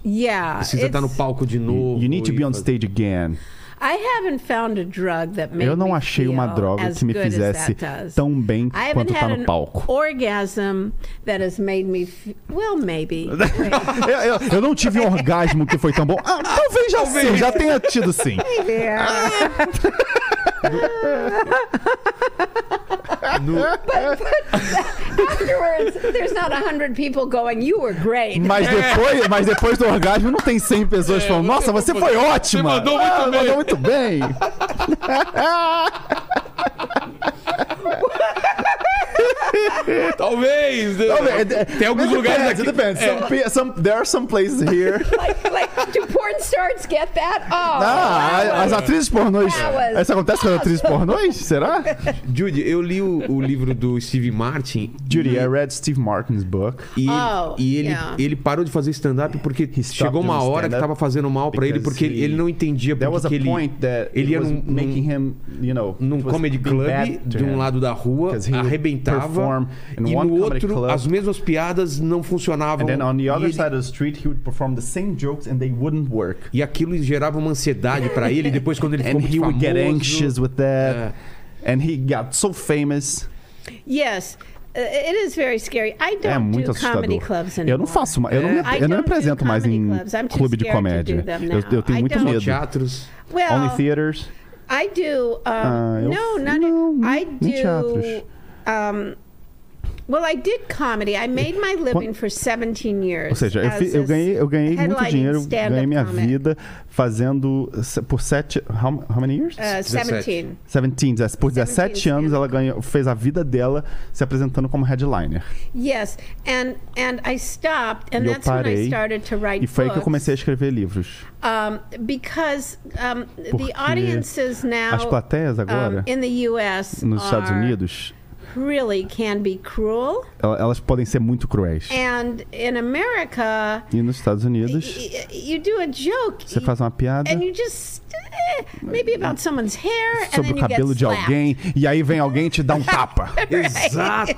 Yeah, Precisa it's- estar no palco de novo. You need to e be on fazer- stage again. I haven't found a drug that made Eu não me achei uma feel droga as que me good as fizesse that does. tão bem I quanto haven't tá had no an palco. [LAUGHS] orgasm that has made me f- well [LAUGHS] maybe. [LAUGHS] Eu, eu- eu não tive um orgasmo que foi tão bom. Ah, talvez [LAUGHS] já sim, já tenha tido sim. Yeah. afterwards, there's not a hundred people going, "You were great." Mas É. depois, mas depois do orgasmo não tem 100 pessoas falando, nossa, você foi ótima! Você mandou muito bem." Mandou muito bem! Talvez! né? Tem alguns It lugares depends, aqui. É, it depends. Some pe- some- there are some places here. like, like, do porn stars get that? Oh, Ah, that as was- atrizes pornôs. That was Isso acontece com as atrizes pornôs? Será? Judy, eu li o, o livro do Steve Martin Judy, I read Steve Martin's book. e, Oh, e ele, yeah. ele parou de fazer stand-up porque He stopped chegou uma doing hora que stand-up tava fazendo mal pra ele because porque ele, he- ele não entendia There was porque a que ele, point that ele it ia was num, num- making him, you know, num it was comedy being bad club to de um him. lado da rua, 'Cause he would arrebentava perform in E one no comedy outro, club. as mesmas piadas não funcionavam. And then on the e other ele- side of the street, he would perform the same jokes and they wouldn't work. E aquilo gerava uma ansiedade pra ele. E Depois, quando ele ficou [LAUGHS] And muito he would get famoso- É. anxious with Yeah. that. And he got so famous. Yes, uh, it is very scary. I É don't muito do comedy assustado. clubs Eu anymore. É. não faço mais. Eu não me, I eu não me don't do apresento mais comedy em clubs. I'm too clube de scared to do comédia. them Eu, now. eu tenho I muito don't- Só medo. teatros. Well, Only theaters. I do. Um, Ah, eu no, f- not não, in, I nem teatros. do. Um, well, I did comedy. I made my living for 17 years. Eh, Ou seja, eu, as fi- eu a ganhei, eu ganhei muito headlining dinheiro, stand-up ganhei minha comic. vida fazendo se- por sete. How, how many years? Uh, 17. 17, dez- por 17 anos stand-up. ela ganhou, fez a vida dela se apresentando como headliner. Yes, and and I stopped, and E eu that's when I parei, started to write E foi aí que eu books, comecei a escrever livros. um, because um, the Porque audiences now As plateias um, agora, in the U.S. nos are, Estados Unidos, really can be cruel, el- elas podem ser muito cruéis. É. and in America, E nos Estados Unidos, y- you do a joke, você faz uma piada and you just eh, maybe about someone's hair, and sobre then o you get cabelo de slapped. alguém e aí vem alguém e te dá um [LAUGHS] tapa. É Exato!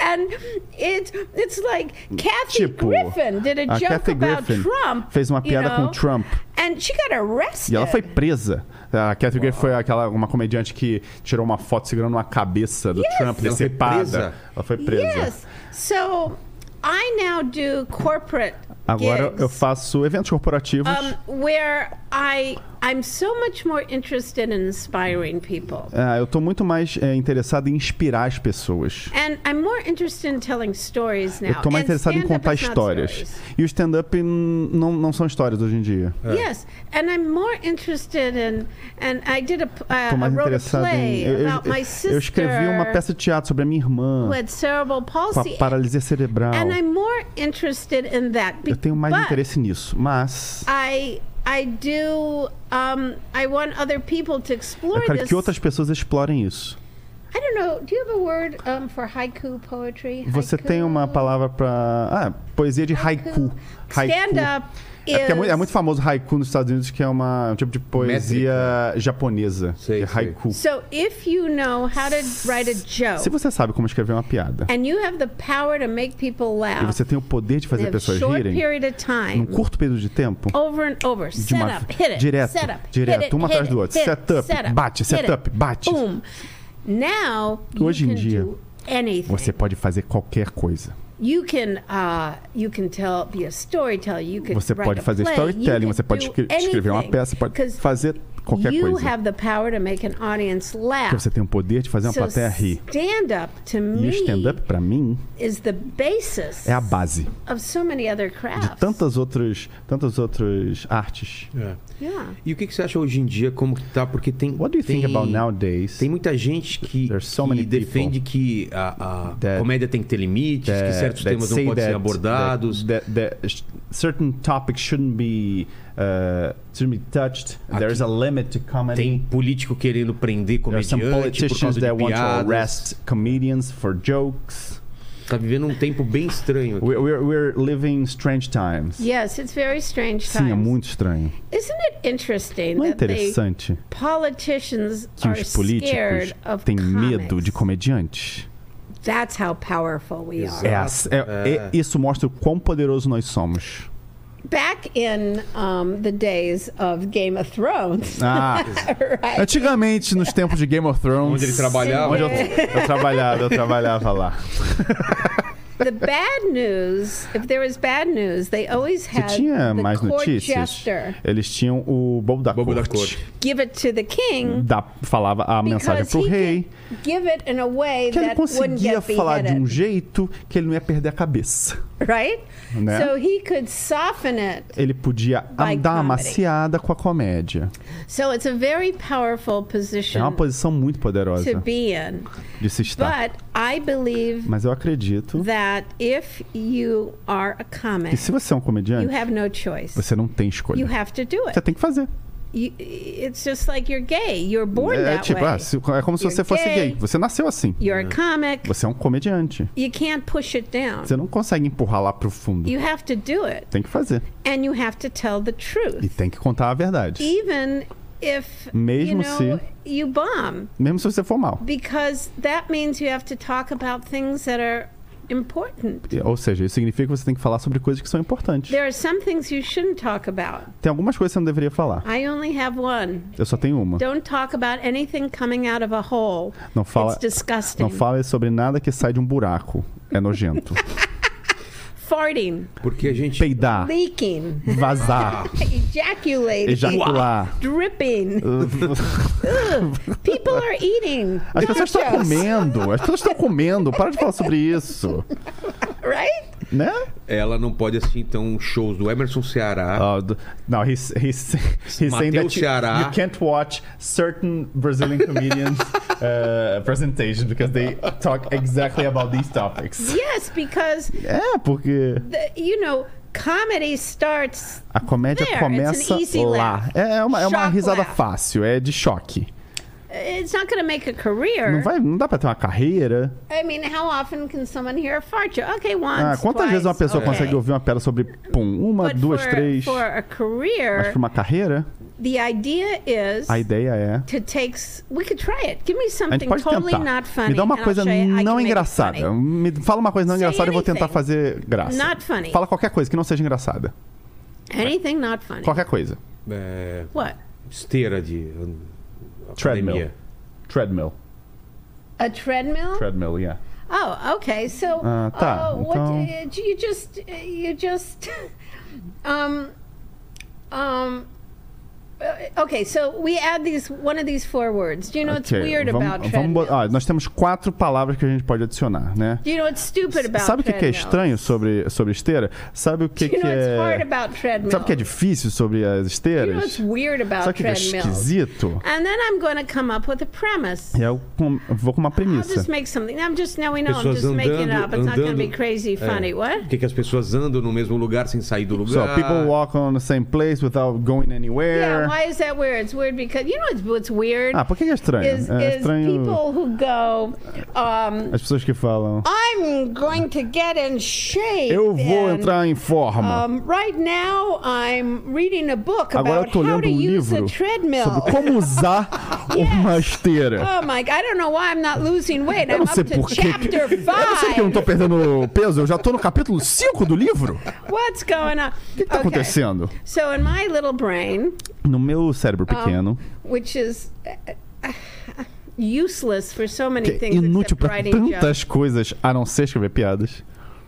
And it's it's like Kathy Tipo, Griffin did a a joke Kathy about Griffin Trump. fez uma you piada com know, Trump. And she got arrested. E ela foi presa. A Kathy Griffin foi aquela, uma comediante que tirou uma foto segurando uma cabeça do Trump Ela foi decepada. presa? Ela foi presa. Yes. So I now do corporate Agora eu gigs, faço eventos corporativos. um, where I I'm so much more interested in inspiring people. Ah, eu tô muito mais é, interessado em inspirar as pessoas. And I'm more interested in telling stories now. Eu tô mais É, And interessado em stand-up contar is not histórias. stories. E o stand-up hum, não, não são histórias hoje em dia. Yes, and I'm more interested in, and I did a, p- uh, Tô I mais wrote a interessado em. play Eu, eu- about my sister eu escrevi uma peça de teatro sobre a minha irmã who had cerebral com a palsy, paralisia cerebral. and I'm more interested in that. be- Eu tenho mais but interesse nisso, mas I I do um, I want other people to explore eu quero this. que outras pessoas explorem isso. I don't know. Do you have a word um, for haiku poetry? Você Haiku? tem uma palavra pra. Ah, poesia de haiku. Haiku. Stand up É, porque é, muito, é is- muito famoso haiku nos Estados Unidos, que é uma, um tipo de poesia japonesa. Sei, que é sei. haiku. So if you know how to write a joke Se você sabe como escrever uma piada and you have the power to make people e laugh você tem o poder de in fazer a pessoas short rirem period of num time, curto período de tempo, over and over, de set uma up, hit it, direto, set up, direto, hit it, uma hit atrás it, do outro, hit it, set up, bate, hit set it, up, bate. Boom. Now Hoje em you can dia, do anything. você pode fazer qualquer coisa. You can, uh, you can tell, be a storyteller. You can Você write pode a fazer play, storytelling, you você can pode do escre- escrever uma anything, peça, pode 'cause fazer qualquer you coisa. have the power to make an audience laugh. Porque você tem o poder de fazer uma so plateia rir. stand up to E o me stand-up, pra mim, is the basis é a base of so many other crafts. de tantas outras, tantas outras artes. É. Yeah. E o que, que você acha hoje em dia, como que tá? Porque tem. What do you think tem- about nowadays? Tem muita gente que, There's so que many people defende que a, a that- comédia tem que ter limites, que certos that temas não say podem ser that- abordados. That, that- that certain topics shouldn't be, uh, shouldn't be touched. There's a limit to tem comedy. político querendo prender There's some comediante por politicians causa de that want to piadas. arrest comedians for jokes. Tá vivendo um tempo bem estranho. aqui. We're, we're, we're living strange times. Yes, it's very strange Sim, é times. muito estranho. Isn't it interesting Não é that they, interessante politicians que are os políticos scared of têm medo comics? de comediantes? That's how powerful we Exato. are. É, as- é- é- isso mostra o quão poderoso nós somos. Back in um, the days of Game of [LAUGHS] Thrones, Ah, [LAUGHS] right? antigamente, nos tempos de Game of Thrones... Onde ele trabalhava. Onde eu, eu trabalhava, eu trabalhava lá. the bad news, if there was bad news, they always Você had tinha the mais court notícias? jester Eles tinham o Bobo da Bobo da Corte. corte. give it to the king Da- falava a mensagem because pro he rei. could give it in a way Que ele that wouldn't conseguia get falar de um beheaded, jeito que ele não ia perder a cabeça. right? Né? So he could soften it. Ele podia By dar uma comedy. maciada com a comédia. So it's a very powerful position É uma posição muito to poderosa be in. de se estar. But I believe Mas eu acredito that if you are a comic, que se você é um you comediante, have no choice. você não tem You escolha. have to do Você it. tem que fazer. You, it's just like you're gay. You're born É that tipo, way. ah, se- é como se You're você fosse gay. gay. Você nasceu assim. You're a comic. Você é um comediante. You can't push it down. Você não consegue empurrar lá pro fundo. You have to do it, Tem que fazer. and you have to tell E the truth, tem que contar a verdade. even if you Mesmo know se- you bomb Mesmo se você for mal. because that means you have to talk about things that are important. Ou seja, isso significa que você tem que falar sobre coisas que são importantes. There are some things you shouldn't talk about. Tem algumas coisas que você não deveria falar. I only have one. Eu só tenho uma. Don't talk about anything coming out of a hole. Não fala, It's disgusting. não fale sobre nada que sai de um buraco. É [LAUGHS] nojento. Farting, Porque a gente. Peidar, leaking, [LAUGHS] vazar, ejaculating, ejacular. [LAUGHS] [LAUGHS] dripping. People are eating. As pessoas estão nachos, comendo. As pessoas estão comendo. Para de falar sobre isso. Right? Né? Ela não pode assistir, então, shows do Emerson Ceará. Oh, d- no, he's, he's, he's saying Mateus that you, Ceará. you can't watch certain Brazilian comedians' uh, presentations because they talk exactly about these [LAUGHS] topics. Yes, because É, porque the, you know comedy starts a comédia There, it's começa an easy lá. laugh. É, é uma, é uma Shock risada laugh. fácil, é de choque. It's not going to make a career. Não, vai, não dá pra ter uma carreira. I mean, how often can someone hear a fart joke? Okay, once. Ah, quantas twice, vezes uma pessoa okay. consegue ouvir uma pedra sobre pum? Uma, But duas, for, três. For a Mas career, pra uma carreira, the idea is a ideia é. to take. s- We could try it. Give me A gente something pode totally tentar. not funny. Me dá uma and I'll coisa show you I can não make it engraçada. funny. Me fala uma coisa não Say engraçada e eu vou tentar anything. fazer graça. Not funny. Fala qualquer coisa que não seja engraçada. Anything not funny. Qualquer coisa. É, What? esteira de. Treadmill. academia. Treadmill. A treadmill? Treadmill, yeah. Oh, okay. So, Ah, tá. uh, what Então- do you just you just [LAUGHS] um um uh, okay, so we add these one of these four words. Do you know what's Ok, weird vamos- about vamos treadmill? bo- ah, Nós temos quatro palavras que a gente pode adicionar, né? Do you know what's stupid about Sabe o que, que é treadmill? estranho sobre, sobre esteira? Sabe o Do que, you que know what's hard é. about treadmill? Sabe o que é difícil sobre as Do you know what's esteiras? weird Sabe o about que que é treadmills? esquisito? And then I'm going to come up with a premise. E eu com- vou com uma I'll premissa. just make something. I'm just now we know I'm Pessoas just making it andando, up. It's not going to be andando- crazy funny. É. What? Por que, que as pessoas andam no mesmo lugar sem sair do So lugar? people walk on the same place without going anywhere. Yeah, why is that weird? It's weird because you know what's, what's weird Ah, por que que é estranho? is, é is estranho people who go, um, as pessoas que falam. I'm going to get in shape. Eu vou and, entrar em forma. Oh, Um, right now, I'm reading a book Agora eu about tô how lendo to um use a livro treadmill. sobre como [LAUGHS] usar uma esteira. Oh my! I don't know why I'm not losing weight. Eu I'm não up sei to por quê. chapter Eu não sei porque eu não tô five. perdendo peso. Eu já tô no capítulo 5 do livro. O What's going on? que, que tá acontecendo? So in my little brain, No meu cérebro um, pequeno, which is uh, uh, useless for so many que é things, inútil except pra writing jokes. tantas coisas a não ser escrever piadas,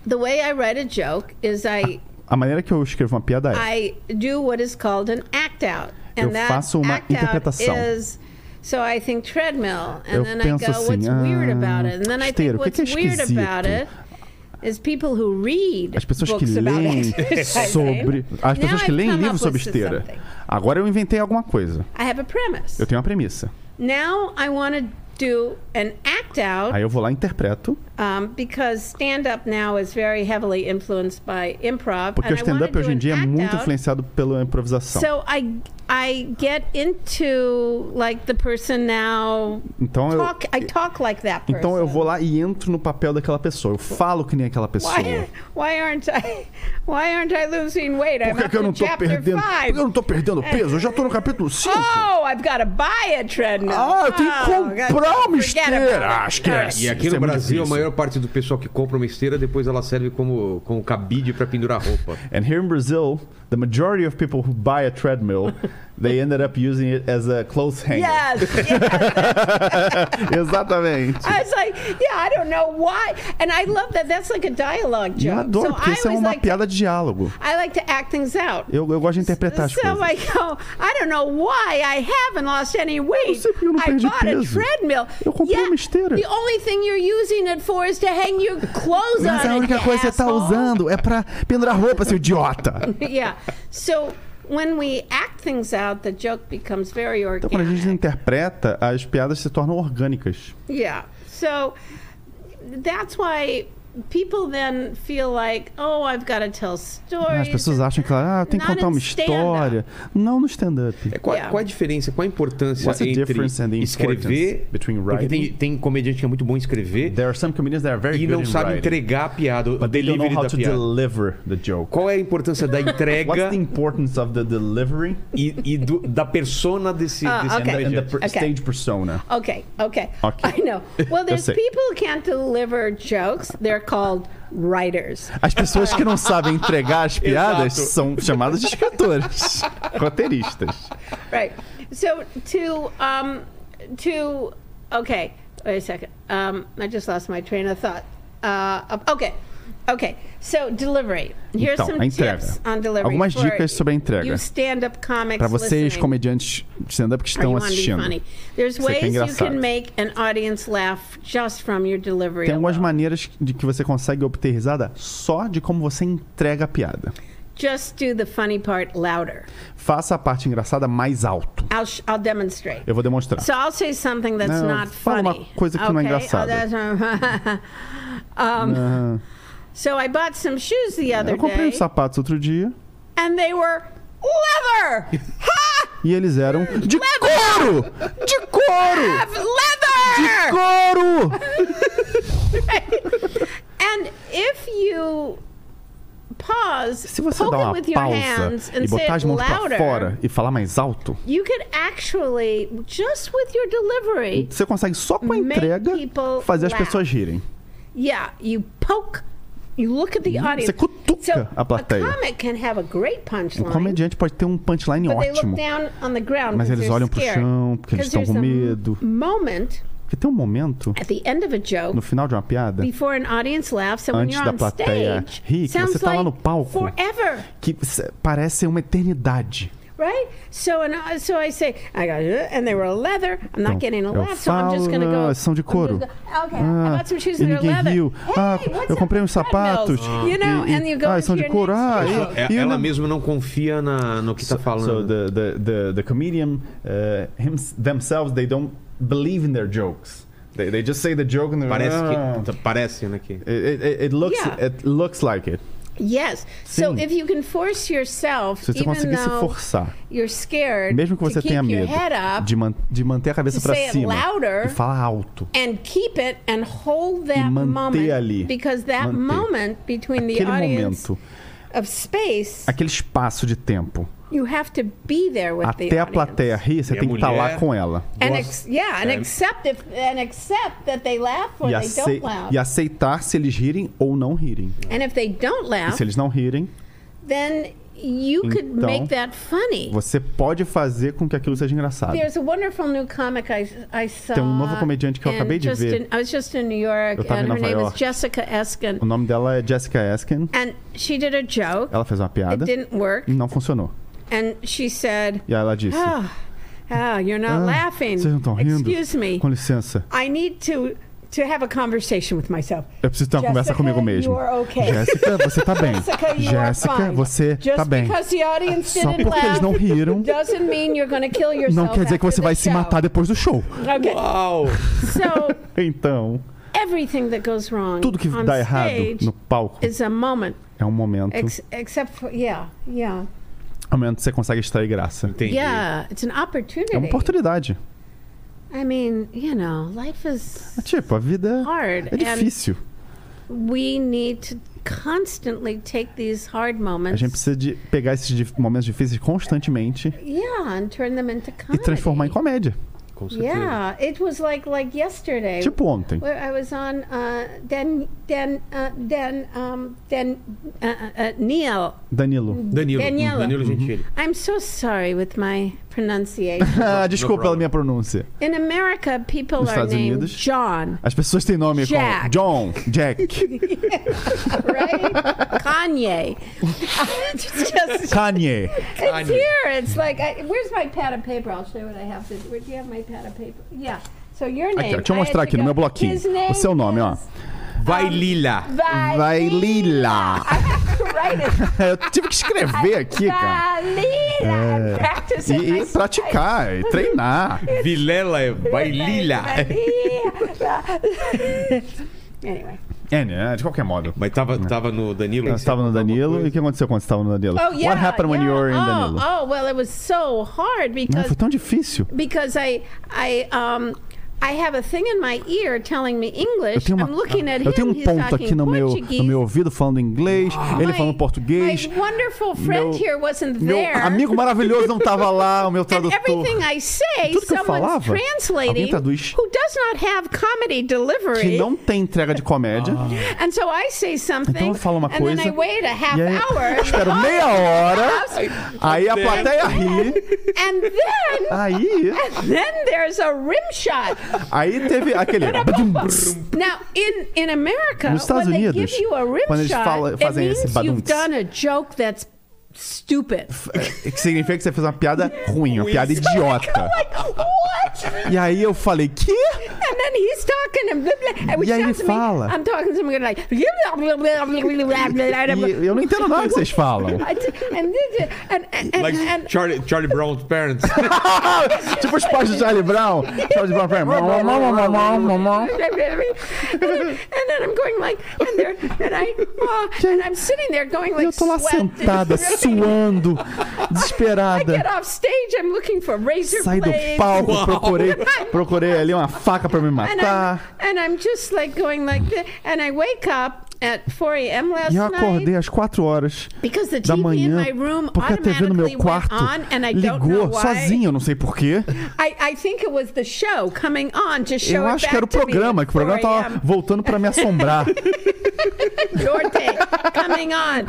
The way I write a joke is I a maneira que eu escrevo uma piada é. I do what is called an act out, Ah. Eu and that faço uma act out interpretação. is so I think treadmill, and Eu then I penso go what's assim, weird "Ah, about it, and then I esteira, think o que que what's é weird about esquisito?" it is people who read As pessoas que books about leem [LAUGHS] [LAUGHS] exercise. sobre. As Now pessoas que I've leem come livros up sobre with esteira. something. Agora eu inventei alguma coisa. I have a premise. Eu tenho uma premissa. Now I want to do an act out Aí eu vou lá e interpreto. um, because stand up now is very heavily influenced by improv. Porque o and I wanna stand-up do hoje em an dia é act muito out. influenciado pela improvisação. So I I get into like the person now. então eu, Talk, I talk like that person. então eu vou lá e entro no papel daquela pessoa. Eu falo que nem aquela pessoa. Why, why aren't I? Why aren't I losing weight? I'm Por que, up que eu to não tô chapter perdendo? Por five. É. que eu não tô perdendo peso? Eu já tô no capítulo 5. Oh, I've got to buy a treadmill. ah, eu tenho que Oh, comprar uma forget about it. esteira. Ah, esquece. E aqui Isso no é muito Brasil, a difícil. maior parte do pessoal que compra uma esteira, depois ela serve como, como cabide para pendurar [LAUGHS] roupa. And here in Brazil, the majority of people who buy a [LAUGHS] treadmill, they ended up using it as a clothes hanger. [LAUGHS] Yes, yes. Exatamente. I was like, yeah, I don't know why. And I love that. That's like a dialogue E joke. eu adoro, so porque I isso é always uma like to- piada de diálogo. I like to act things out. Eu, eu gosto de interpretar as So coisas. I go, I don't know why I haven't lost any Eu weight. sei porque eu não I perdi bought a peso. treadmill. Eu comprei Yeah, uma esteira. The only thing you're using it for is to hang your clothes Mas é on a it, única you coisa que você tá asshole. usando é pra pendurar roupa, seu idiota. [LAUGHS] yeah. So when we act things out, the joke becomes very Então, quando a gente organic. interpreta, as piadas se tornam orgânicas. Yeah. So that's why people then feel like, oh, I've got to tell stories. As pessoas acham que ela, ah, tem que Not contar uma in stand-up. história. Não no stand-up. É, qual, Yeah. qual a diferença, qual a importância What's the difference and the entre escrever, importance between porque tem, writing? tem comediante que é muito bom em escrever There are some comedians that are very e good não in sabe writing, entregar a piada, o but they don't know delivery how da to piada. deliver the joke. Qual é a importância [LAUGHS] da What's entrega the importance of the delivery e, e do- da persona desse, Ah, desse ok. and the, and the per- Okay. stage persona? Okay, okay. Okay. [LAUGHS] I know. Well, there's sei. people who can't deliver jokes. They're called writers. As pessoas que não sabem entregar [LAUGHS] as piadas Exato. são chamadas de escritores, roteiristas. Right. So to um to okay, wait a second. Um I just lost my train of thought. Uh okay. Okay. So delivery. Here's Então, a some entrega. tips on delivery. Algumas for dicas sobre a entrega. You stand-up comics Para vocês, listening. comediantes de stand-up que Or é. estão you wanna be assistindo. funny. There's Isso aqui é ways you engraçado. can make an audience laugh just from your delivery. Tem algumas alone. maneiras de que você consegue obter risada só de como você entrega a piada. Just do the funny part louder. Faça a parte engraçada mais alto. I'll sh- I'll demonstrate. Eu vou demonstrar. So I'll say something that's Não, not fala funny. uma coisa que não é Okay? engraçada. Oh, that's- [LAUGHS] Ah, um, so I bought some shoes the other eu comprei day, uns sapatos outro dia and they were [LAUGHS] leather. Ha! e eles eram de couro! De couro! Have leather. Couro! And if you pause, Se você poke dá it uma with your hands pausa and e say botar it as mãos louder, pra fora e falar mais alto, you could actually just with your delivery, você consegue só com a Make entrega people fazer as laugh. pessoas rirem. yeah, you poke, you look at the audience. Você cutuca so a plateia. A comic can have a great Um punchline. comediante pode ter um punchline But they ótimo. look down on the ground Mas 'cause eles they're olham pro scared. chão, porque eles 'Cause estão com there's a medo. Moment Porque tem um momento, at the end of a joke no final de uma piada, before an audience laughs and when Antes you're da on plateia stage, rir, que você sounds tá lá like no palco. forever, que s- parece uma eternidade. right? So and I- so I say, I got uh, and they were leather. I'm not Então, getting a eu laugh, so I'm just gonna falo, go. "Ah, são de I'm just couro." go- Okay, Ah, I bought some e shoes that are ninguém leather. riu. Ah, Hey, what's eu comprei up uns with sapatos. treadmills? You know, e- and you go ah, into são de your couro. next Ah, joke. e- É- e eu ela não- mesma não confia na, no que está falando. So the, the, the, the comedian uh, him, themselves, they don't believe in their jokes. They, they just say the joke and they're Parece "Ah." que. tá- Parece, né? Que... It, it, it looks Yeah. it looks like it. Yes. So Sim. if you can force yourself, Se você even conseguir se though forçar, you're scared, mesmo que to você keep tenha your medo head up de, man- de manter a cabeça to pra say it cima louder, e falar alto. and keep it and hold that E manter moment ali. because that Manter. moment between the Aquele audience momento, of space aquele espaço de tempo, you have to be there with the até a audience. plateia rir, você E a tem que estar lá mulher- com ela. and Gosto- ex- yeah and É. accept if and accept that they laugh or E, they acei- don't laugh e aceitar se eles rirem ou não rirem. and if they don't E laugh se eles não rirem, then you could Então, make that funny você pode fazer com que aquilo seja engraçado. There's a wonderful new comic I, I saw. Tem um novo comediante que eu and acabei de just ver. in- I was just in New York, Eu tava em and her Nova name York. Um is Jessica Eskin, O nome dela é Jessica Eskin. and she did a joke. Ela fez uma It piada didn't work, e não funcionou. and she said, E aí ela disse: "Ah, ah, you're not "Ah, laughing. Vocês não estão rindo? Excuse me. Com licença. I need to to have a conversation with myself." Eu preciso ter uma conversa Jessica, comigo mesmo. you are okay. Jéssica, você [LAUGHS] tá bem. Jessica, you are Jéssica, fine. você Just tá bem. because the audience Só didn't porque eles não laugh riram, doesn't mean you're going to kill yourself. não quer dizer que after você the vai se show. matar depois do show. Okay. Uau! So Então, everything that goes wrong tudo que on dá errado stage no palco is a moment, é um momento. ex- except for yeah, yeah, É um momento que você consegue extrair graça. Entendi. yeah. It's an opportunity. É uma oportunidade. I mean, you know, life is Tipo, a vida hard, é difícil. and we need to constantly take these hard A moments. gente precisa de pegar esses dif- momentos difíceis constantemente Yeah, and turn them into e comedy. transformar em comédia. Com certeza. Yeah, it was like like yesterday. Tipo ontem. Where I was on uh, Dan Dan uh, Dan um, Dan uh, uh, uh, Neil Danilo. Danilo. Daniela. Uhum. Danilo Gentili. I'm so sorry with my [LAUGHS] pronunciation. [LAUGHS] Ah, desculpa pela problem. minha pronúncia. In America, people Nos are Estados named Unidos. John, As pessoas têm nome como Jack. John, [LAUGHS] Jack, [LAUGHS] right? Kanye. [LAUGHS] it's just, Kanye. it's here. It's like, I, where's my pad of paper? I'll show you what I have. To, where do you have my pad of paper? Yeah. So your Aqui, name. ó, deixa eu I had mostrar to aqui no go- meu bloquinho. His name O seu nome, ó. is Vai, Lila! Vailila. I [LAUGHS] have [LAUGHS] to write it. É, Eu tive que escrever aqui, cara. Valila. É. And practice it E, e myself. praticar, e treinar. Vilela é Vai, Lila! Valila. [LAUGHS] anyway. N, né? De qualquer modo. Mas tava, tava no Danilo? Você estava no Danilo. E o que aconteceu quando você estava no Danilo? Oh yeah. What happened when yeah. you were in oh, Danilo? Oh well, it was so Não, hard because foi tão difícil. because I I um I have a thing in my ear telling me Eu English. tenho, uma, I'm looking at eu tenho him. um He's ponto talking aqui no meu, Portuguese. no meu ouvido falando inglês, ele My- falando português. My wonderful friend Meu- here wasn't Meu there. amigo maravilhoso não estava lá, o meu And tradutor. everything I say, Tudo que eu someone's falava, alguém translating traduz. who does not have comedy Que delivery. não tem entrega de comédia. And so I say something, Então eu falo uma and coisa. then I wait a Ah. half e aí, hour. [LAUGHS] espero meia hora. Aí a plateia ri. [LAUGHS] And then, Aí, and then there's a rim shot. aí teve aquele. Now, in, in America, Nos Estados when they Unidos, give you a rim quando eles shot, fala- it fazem esse means badum. you've done a joke that's stupid. Que significa que você fez uma piada ruim, uma piada idiota. Like, what? E aí eu falei, que? And then he's talking and blah, blah, which E aí ele sounds to me- fala. I'm talking to somebody like blah, blah, blah, blah, blah, blah, blah, blah, E eu não entendo nada que vocês falam. [LAUGHS] I t- and this- and- and- and- Like and- Charlie, Charlie Brown's parents. tipo os pais do Charlie Brown. Charlie Brown pra mim. Mamão, mamão, mamão, [LAUGHS] mamão. and then and then I'm going like and there and I oh, [LAUGHS] and I'm sitting there going E like eu tô lá sweat is sentada, dripping. suando, [LAUGHS] I get desesperada. off stage I'm looking for razor Saí do blades. palco, procurei, procurei ali uma faca pra me and I'm, matar. and I'm just like going like this and I wake up at 4 a.m. last E eu night acordei às 4 horas Because the da TV in manhã, my room porque a TV no automatically meu went quarto on, and I don't know ligou why. sozinha, eu não sei porquê. I, I think it was the show coming on to show Eu it acho que back era o to me programa, at que o programa 4 tava a.m.. voltando pra me [LAUGHS] assombrar, Your day coming [LAUGHS] on.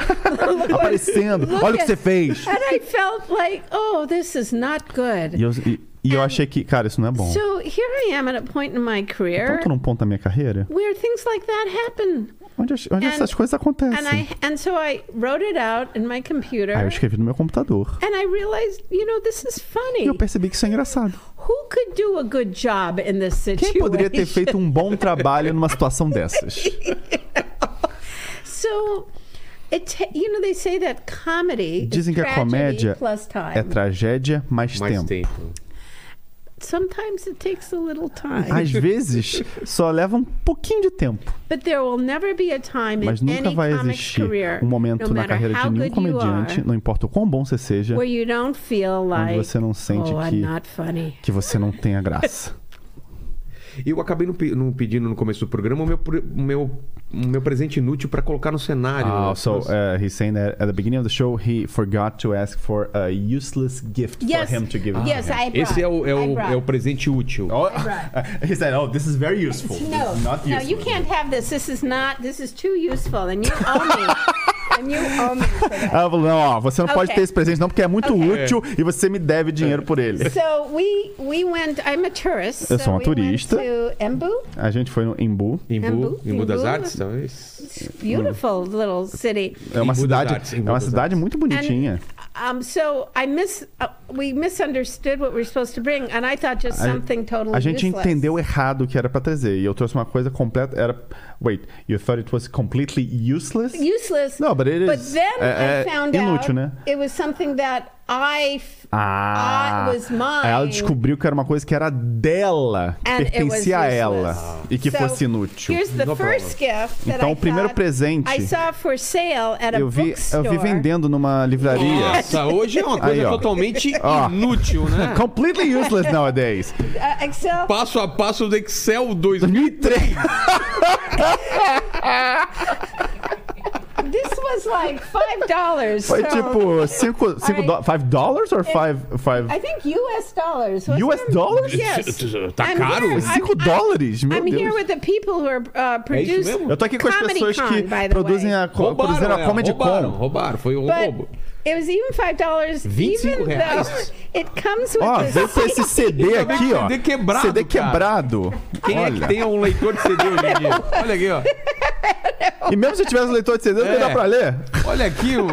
aparecendo. Look Olha o que at- você fez. And I felt like, oh, this is not good. E eu, e- e eu achei que, cara, isso não é bom. So here I am at a point in my Então career eu tô num ponto da minha carreira where things like that happen. onde, as- onde And- essas coisas And acontecem. I and so I wrote it out in my computer. Aí eu escrevi no meu computador. and I realized, you know, this is E funny. eu percebi que isso é engraçado. Who could do a good job in this situation? Quem poderia ter feito um bom trabalho numa situação dessas? [LAUGHS] So, it ta- you know, they say that comedy Dizem is que a tragedy comédia plus time. É tragédia mais, Mais tempo. tempo. Sometimes it takes a little time. Às vezes, só leva um pouquinho de tempo. But there will never be a time Mas in nunca any vai comic's existir career, um momento no na matter carreira de how nenhum good you comediante, are, não importa o quão bom você seja, where you don't feel like você não sente oh, que- I'm not funny. que você não tenha graça. E eu acabei não, pe- não pedindo no começo do programa o meu, pre- o meu, o meu presente inútil pra colocar no cenário. Ah, so Nossa. uh, he's saying that at the beginning of the show he forgot to ask for a useless gift Yes. for him to give. yes, to him. I brought. Esse é o, é, I o, brought. é o presente útil. Oh, Right. [LAUGHS] he said, "Oh, this is very useful. No, This is not no, useful. you can't have this. This is not. This is too useful, and you owe [LAUGHS] me. and you owe me for that. Ela falou, não, ó, você não pode Ok. ter esse presente não, porque é muito Ok. útil e você me deve dinheiro por ele. So we we went. I'm a tourist. Eu so sou uma we went turista. to Embu. A gente foi no Imbu. Imbu, Embu, Imbu das Embu. Artes, Então, talvez. It's Mm. beautiful little city. É uma Imbu das cidade, Artes, Imbu é uma das cidade Artes. muito bonitinha. Um, so I miss. Uh, we misunderstood what we we're supposed to bring, and I thought just A- something totally. A gente useless. entendeu errado o que era pra trazer e eu trouxe uma coisa completa, era Wait, you thought it was completely useless? Useless. No, but it is. uh, But then é, I é found inútil, out né? it was something that I f- Ah, I was mine. Aí ela descobriu que era uma coisa que era dela, que And it pertencia a was useless. ela e que So, fosse inútil. Here's the No first gift that Então, I o primeiro thought presente I saw for sale at a Eu vi, eu bookstore. vi vendendo numa livraria. Nossa, hoje é uma coisa Aí, ó. totalmente Ó. inútil, né? Completely useless nowadays. Uh, Excel. Passo a passo do Excel 2003. 2003. This [LAUGHS] was like five dollars. Foi so tipo 5 Aí- do, five dollars or 5 É, I think U.S. dollars. wasn't US it? dollars? Yes. Tá I'm caro? here. I'm- 5 dólares? Meu I'm here Deus. with the people who are uh, mesmo? producing. Eu tô aqui com as Comedy pessoas que Con, by the produzem way. a, co- produziram a ela, Comedy é, roubaram, Con. roubaram, foi um But roubo. it was even five dollars, e even reais? though it comes with Ó, a veio com esse CD Também aqui, ó. CD é quebrado, CD cara. quebrado. Quem é Olha. que tem um leitor de CD hoje em dia? Olha aqui, ó. E mesmo se tivesse leitor de CD, não ia É. dar pra ler. Olha aqui, um...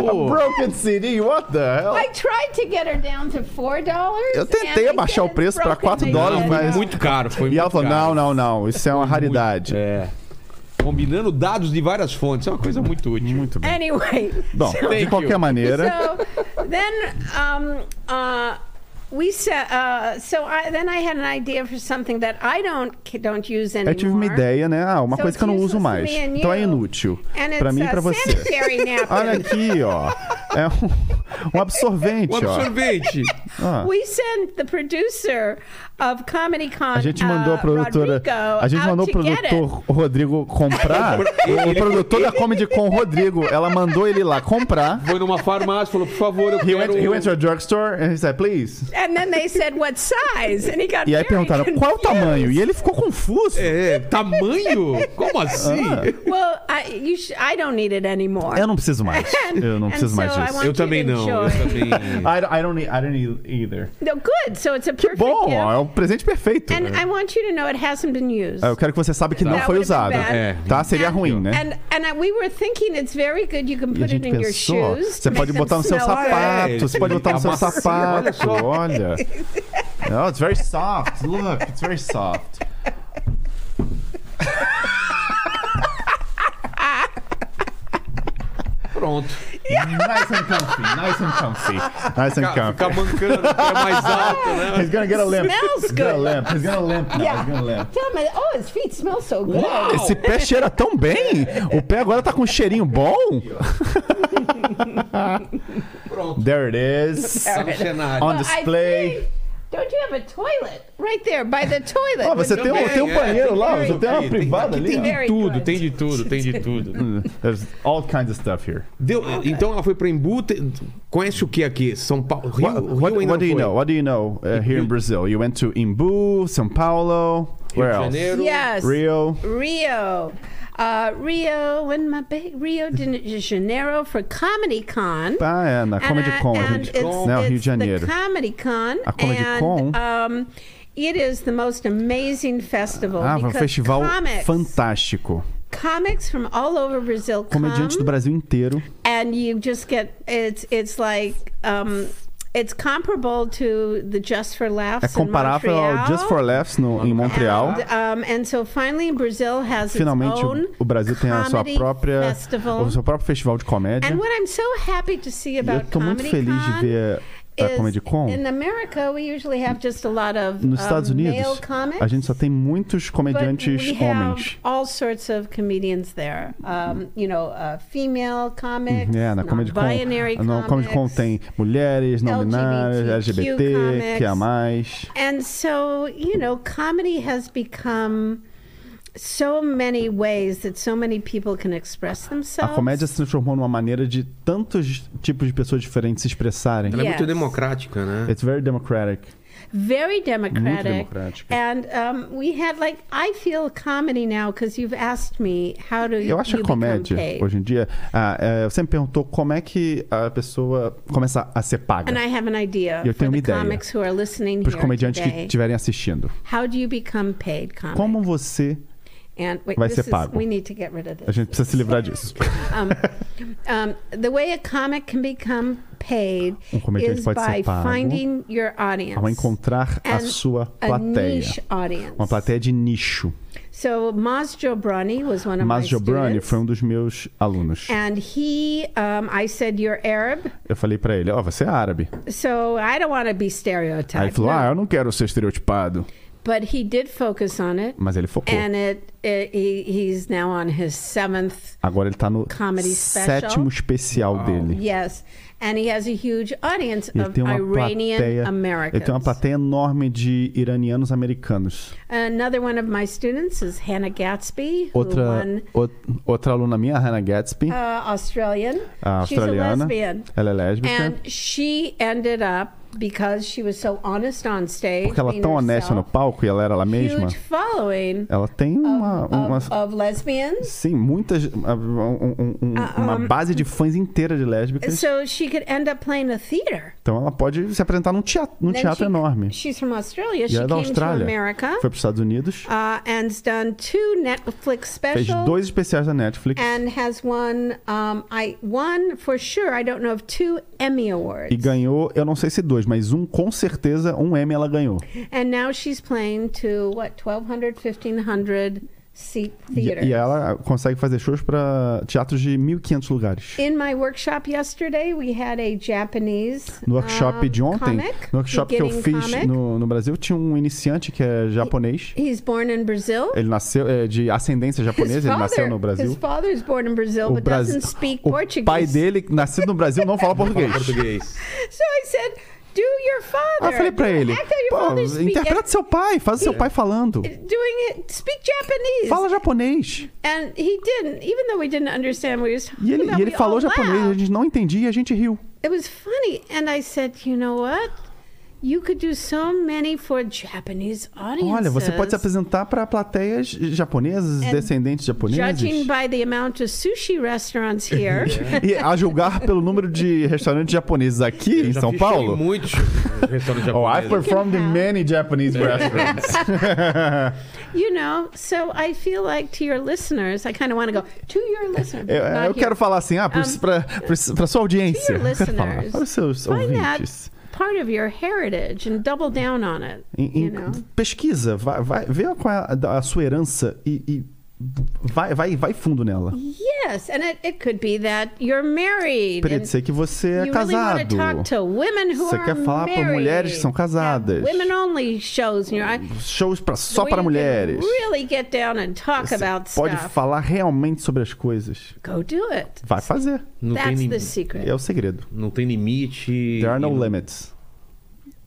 pô. Broken CD, what the hell? I tried to get her down to four dollars. Eu tentei abaixar o preço pra 4 dólares, Não, mas- Muito caro, foi E ela muito falou: caro. não, não, não, isso é uma raridade. É. Combinando dados de várias fontes, é uma coisa muito útil. Muito bem. Anyway, Bom, Thank é de qualquer you. maneira, so then um, uh, we said uh, so. I, then I had an idea for something that I don't don't use anymore. Eu tive uma ideia, né? Ah, uma So coisa que eu não it's uso useless to mais. me and Então é you. inútil. assim, And it's Pra mim e a pra você. [LAUGHS] sanitary napkin. Olha aqui, ó. É um, um absorvente, [LAUGHS] Um ó. absorvente. Ah. We sent the producer of Comedy Con. A gente mandou uh, a produtora. Rodrigo, A gente out mandou o to get it. produtor [LAUGHS] Rodrigo comprar. o produtor da Comedy Con, Rodrigo, ela mandou ele lá comprar. Foi numa farmácia, falou, por favor, eu He went, quero... um-" he went to a drugstore and he said, please. And then they said, what size? And he got E aí very perguntaram qual o confused. tamanho? E ele ficou confuso. É, tamanho? Como assim? Ah. Well, I, you sh- I don't need it anymore. Eu não preciso mais. Eu não [LAUGHS] and preciso mais so I disso. want- Eu também não, eu também... [LAUGHS] I don't, I don't need, I don't need either. No, good. So it's a perfect Bom, gift. é um presente perfeito. And I want you to know it hasn't been used. Ah, Eu quero que você saiba que não That foi would've usado. been bad. É. Tá? Seria ruim, né? And, and I- we were thinking it's very good. You can E a put it gente in your pensou, shoes. você to pode make them botar no seu smell Ah, é, sapato, você pode botar no seu macio, olha sapato, só. olha. Oh, it's very soft, look, it's very soft. Pronto. Nice and comfy, nice and comfy, nice and Fica, fica comfy. mancando, é mais alto, né? [LAUGHS] He's gonna get a limp. Smells He's gonna good. limp. He's gonna limp now. Yeah. He's gonna limp. Tell me, oh, his feet smell so good. Esse pé cheira tão bem. O pé agora tá com um cheirinho bom. Pronto. There it is. Tá no cenário. On Well, I display. think- Don't you have a toilet right there by the toilet? Ó, você Would tem you- um, tem um é, banheiro lá, tem você tem uma aqui, privada aqui ali. Tem ó. Very de tudo, good. tem de tudo, tem de tudo. There's all kinds of stuff here. Deu, Ah, então ela foi pra Embu, te- conhece o que aqui? São Paulo, Rio, What, what, Rio ainda what do you foi. know? What do you know uh, here in Brazil? You went to Imbu, São Paulo. Rio Where de else? Janeiro. Yes. Rio. Rio. Uh, Rio and my ba- Rio de Janeiro for Comedy Con. Ah, é, na And Comedy I- Con, Rio and de, it's- né, o Rio it's de Janeiro. The Comedy Con. A Comedy and, Con? Um, it is the most amazing festival. Ah, um because festival comics, fantástico. comics from all over Brazil Comediante do come, Brasil inteiro. and you just get it's it's like um, it's comparable to the Just for Laughs. É in comparável ao Montreal. Just for Laughs no, em Montreal. And, um, and so finally Brazil has its Finalmente, own o Brasil tem a sua comedy própria, festival. o seu próprio festival de comédia. And what I'm so happy to see E eu about tô muito Comedy feliz Con de ver a is Comedy Con. In America, we usually have just a lot of Nos um, Estados male Unidos, comics, a gente só tem muitos but comediantes we homens. have all sorts of comedians there. Um, you know, uh, female comics, É, na Comedy Con, non-binary na Comedy Con comics. tem mulheres, não binárias, LGBTQ LGBT, que há comics. mais. And so, you know, comedy has become so many ways that so many people can express A themselves. comédia se transformou numa maneira de tantos tipos de pessoas diferentes se expressarem. Ela é muito Yes. democrática, né? It's very democratic. very democratic. democrática. And um, we had like I feel comedy now because you've asked me how do you Eu acho a become comédia, paid? hoje em dia, ah, é, você me perguntou como é que a pessoa começa a ser paga And I have an idea Eu for tenho the uma ideia comics who are listening para os here comediantes que today. estiverem assistindo. How do you become paid comic? Como você... And wait, vai this ser is- pago? we need to get rid of this. A gente precisa se livrar disso. um, um, the way a comic can become paid Um comediante is pode ser by pago finding your audience. Ao encontrar a And sua a plateia. niche audience. Uma plateia de nicho. So Maz Jobrani was one of Mas my Jobrani students. foi um dos meus alunos. And he, um, I said, you're Arab, Eu falei pra ele, ó, você é árabe. so I don't want to be Aí ele stereotyped. falou, ah, eu não quero ser estereotipado. But he did focus on it, Mas ele focou. and it, it he, he's now on his seventh. Agora ele tá no Comedy special. sétimo especial dele. Yes, and he has a huge audience Ele of tem uma Iranian plateia. Ele tem uma Americans. plateia enorme de iranianos americanos. Another one of my students is Hannah Gatsby, who Outra, won o- outra aluna minha, a Hannah Gatsby, uh, a Australian. She's a Ah, australiana. lesbian, Ela é lésbica. and she ended up because she was so honest on stage. porque ela é being tão honesta no herself, palco e ela era ela mesma. Huge following. Ela tem uma. of, uma- of lesbians. sim, muitas. Uma, um- um- Ah, uma base de fãs inteira de lésbicas. So she could end up playing a theater. Então ela pode se apresentar num teatro, num Then Um teatro she- enorme. She's from Australia. E She ela é da came to Austrália. America Foi para os Estados Unidos. uh, and's done two Netflix Fez specials dois especiais da Netflix. and has won um, I one for sure. I don't know of two Emmy awards. E ganhou, eu não sei se dois, mas um com certeza, um M ela ganhou. And now she's playing to what 1,200, 1,500 seat E, theater. e ela consegue fazer shows para teatros de 1.500 lugares. In my workshop yesterday, we had a Japanese No workshop um, de ontem, comic, no workshop que eu beginning fiz comic. no, no Brasil, tinha um iniciante que é japonês. He's born in Brazil. Ele nasceu é, de ascendência His japonesa, ele nasceu father- no His Brasil. father is born in Brazil, but Brasi- doesn't speak o Portuguese. pai dele, nascido no Brasil, não fala português. Português. So I said, do your father. Aí eu Ah, falei pra ele, Act like your pô, father speak- interpreta seu pai, faz o seu pai falando. Doing it, speak Japanese. Fala japonês. And he didn't, even though we didn't understand what he was talking E ele, about. e ele we falou all japonês, a laughed. gente não entendia e a gente riu. It was funny. And I said, you know what? You could do so many for Japanese audiences. Olha, você pode se apresentar para plateias japonesas, And descendentes Judging japoneses. by the amount of sushi [LAUGHS] restaurants here, E a julgar pelo número [LAUGHS] de restaurantes japoneses aqui em Já São fiz Paulo. [LAUGHS] Muitos restaurantes Oh, I japoneses. performed in have- many Japanese É. [LAUGHS] restaurants. [LAUGHS] you know, so I feel like to your listeners, I kind of want to go to your listeners. Eu, eu not here. quero falar assim, ah, Um, para sua audiência. to your [LAUGHS] Eu quero falar listeners, para os seus Find that ouvintes. part of your heritage and double down on it. Em- em- you know? Pesquisa, vai, vai, vê qual é a, da- a sua herança e, e vai, vai, vai fundo nela. Yes, and it, it could be that you're married. Pode and ser que você é you really casado. want to talk to women who Você are quer falar pra married. mulheres que são casadas. Have Women only shows, you know, I- Shows pra, só where para you can mulheres. Really get down and talk Você about pode stuff. falar realmente sobre as coisas. Go do it. Vai fazer. Não tem, That's lim- the secret. É o segredo. não tem limite. There are e no não- limits.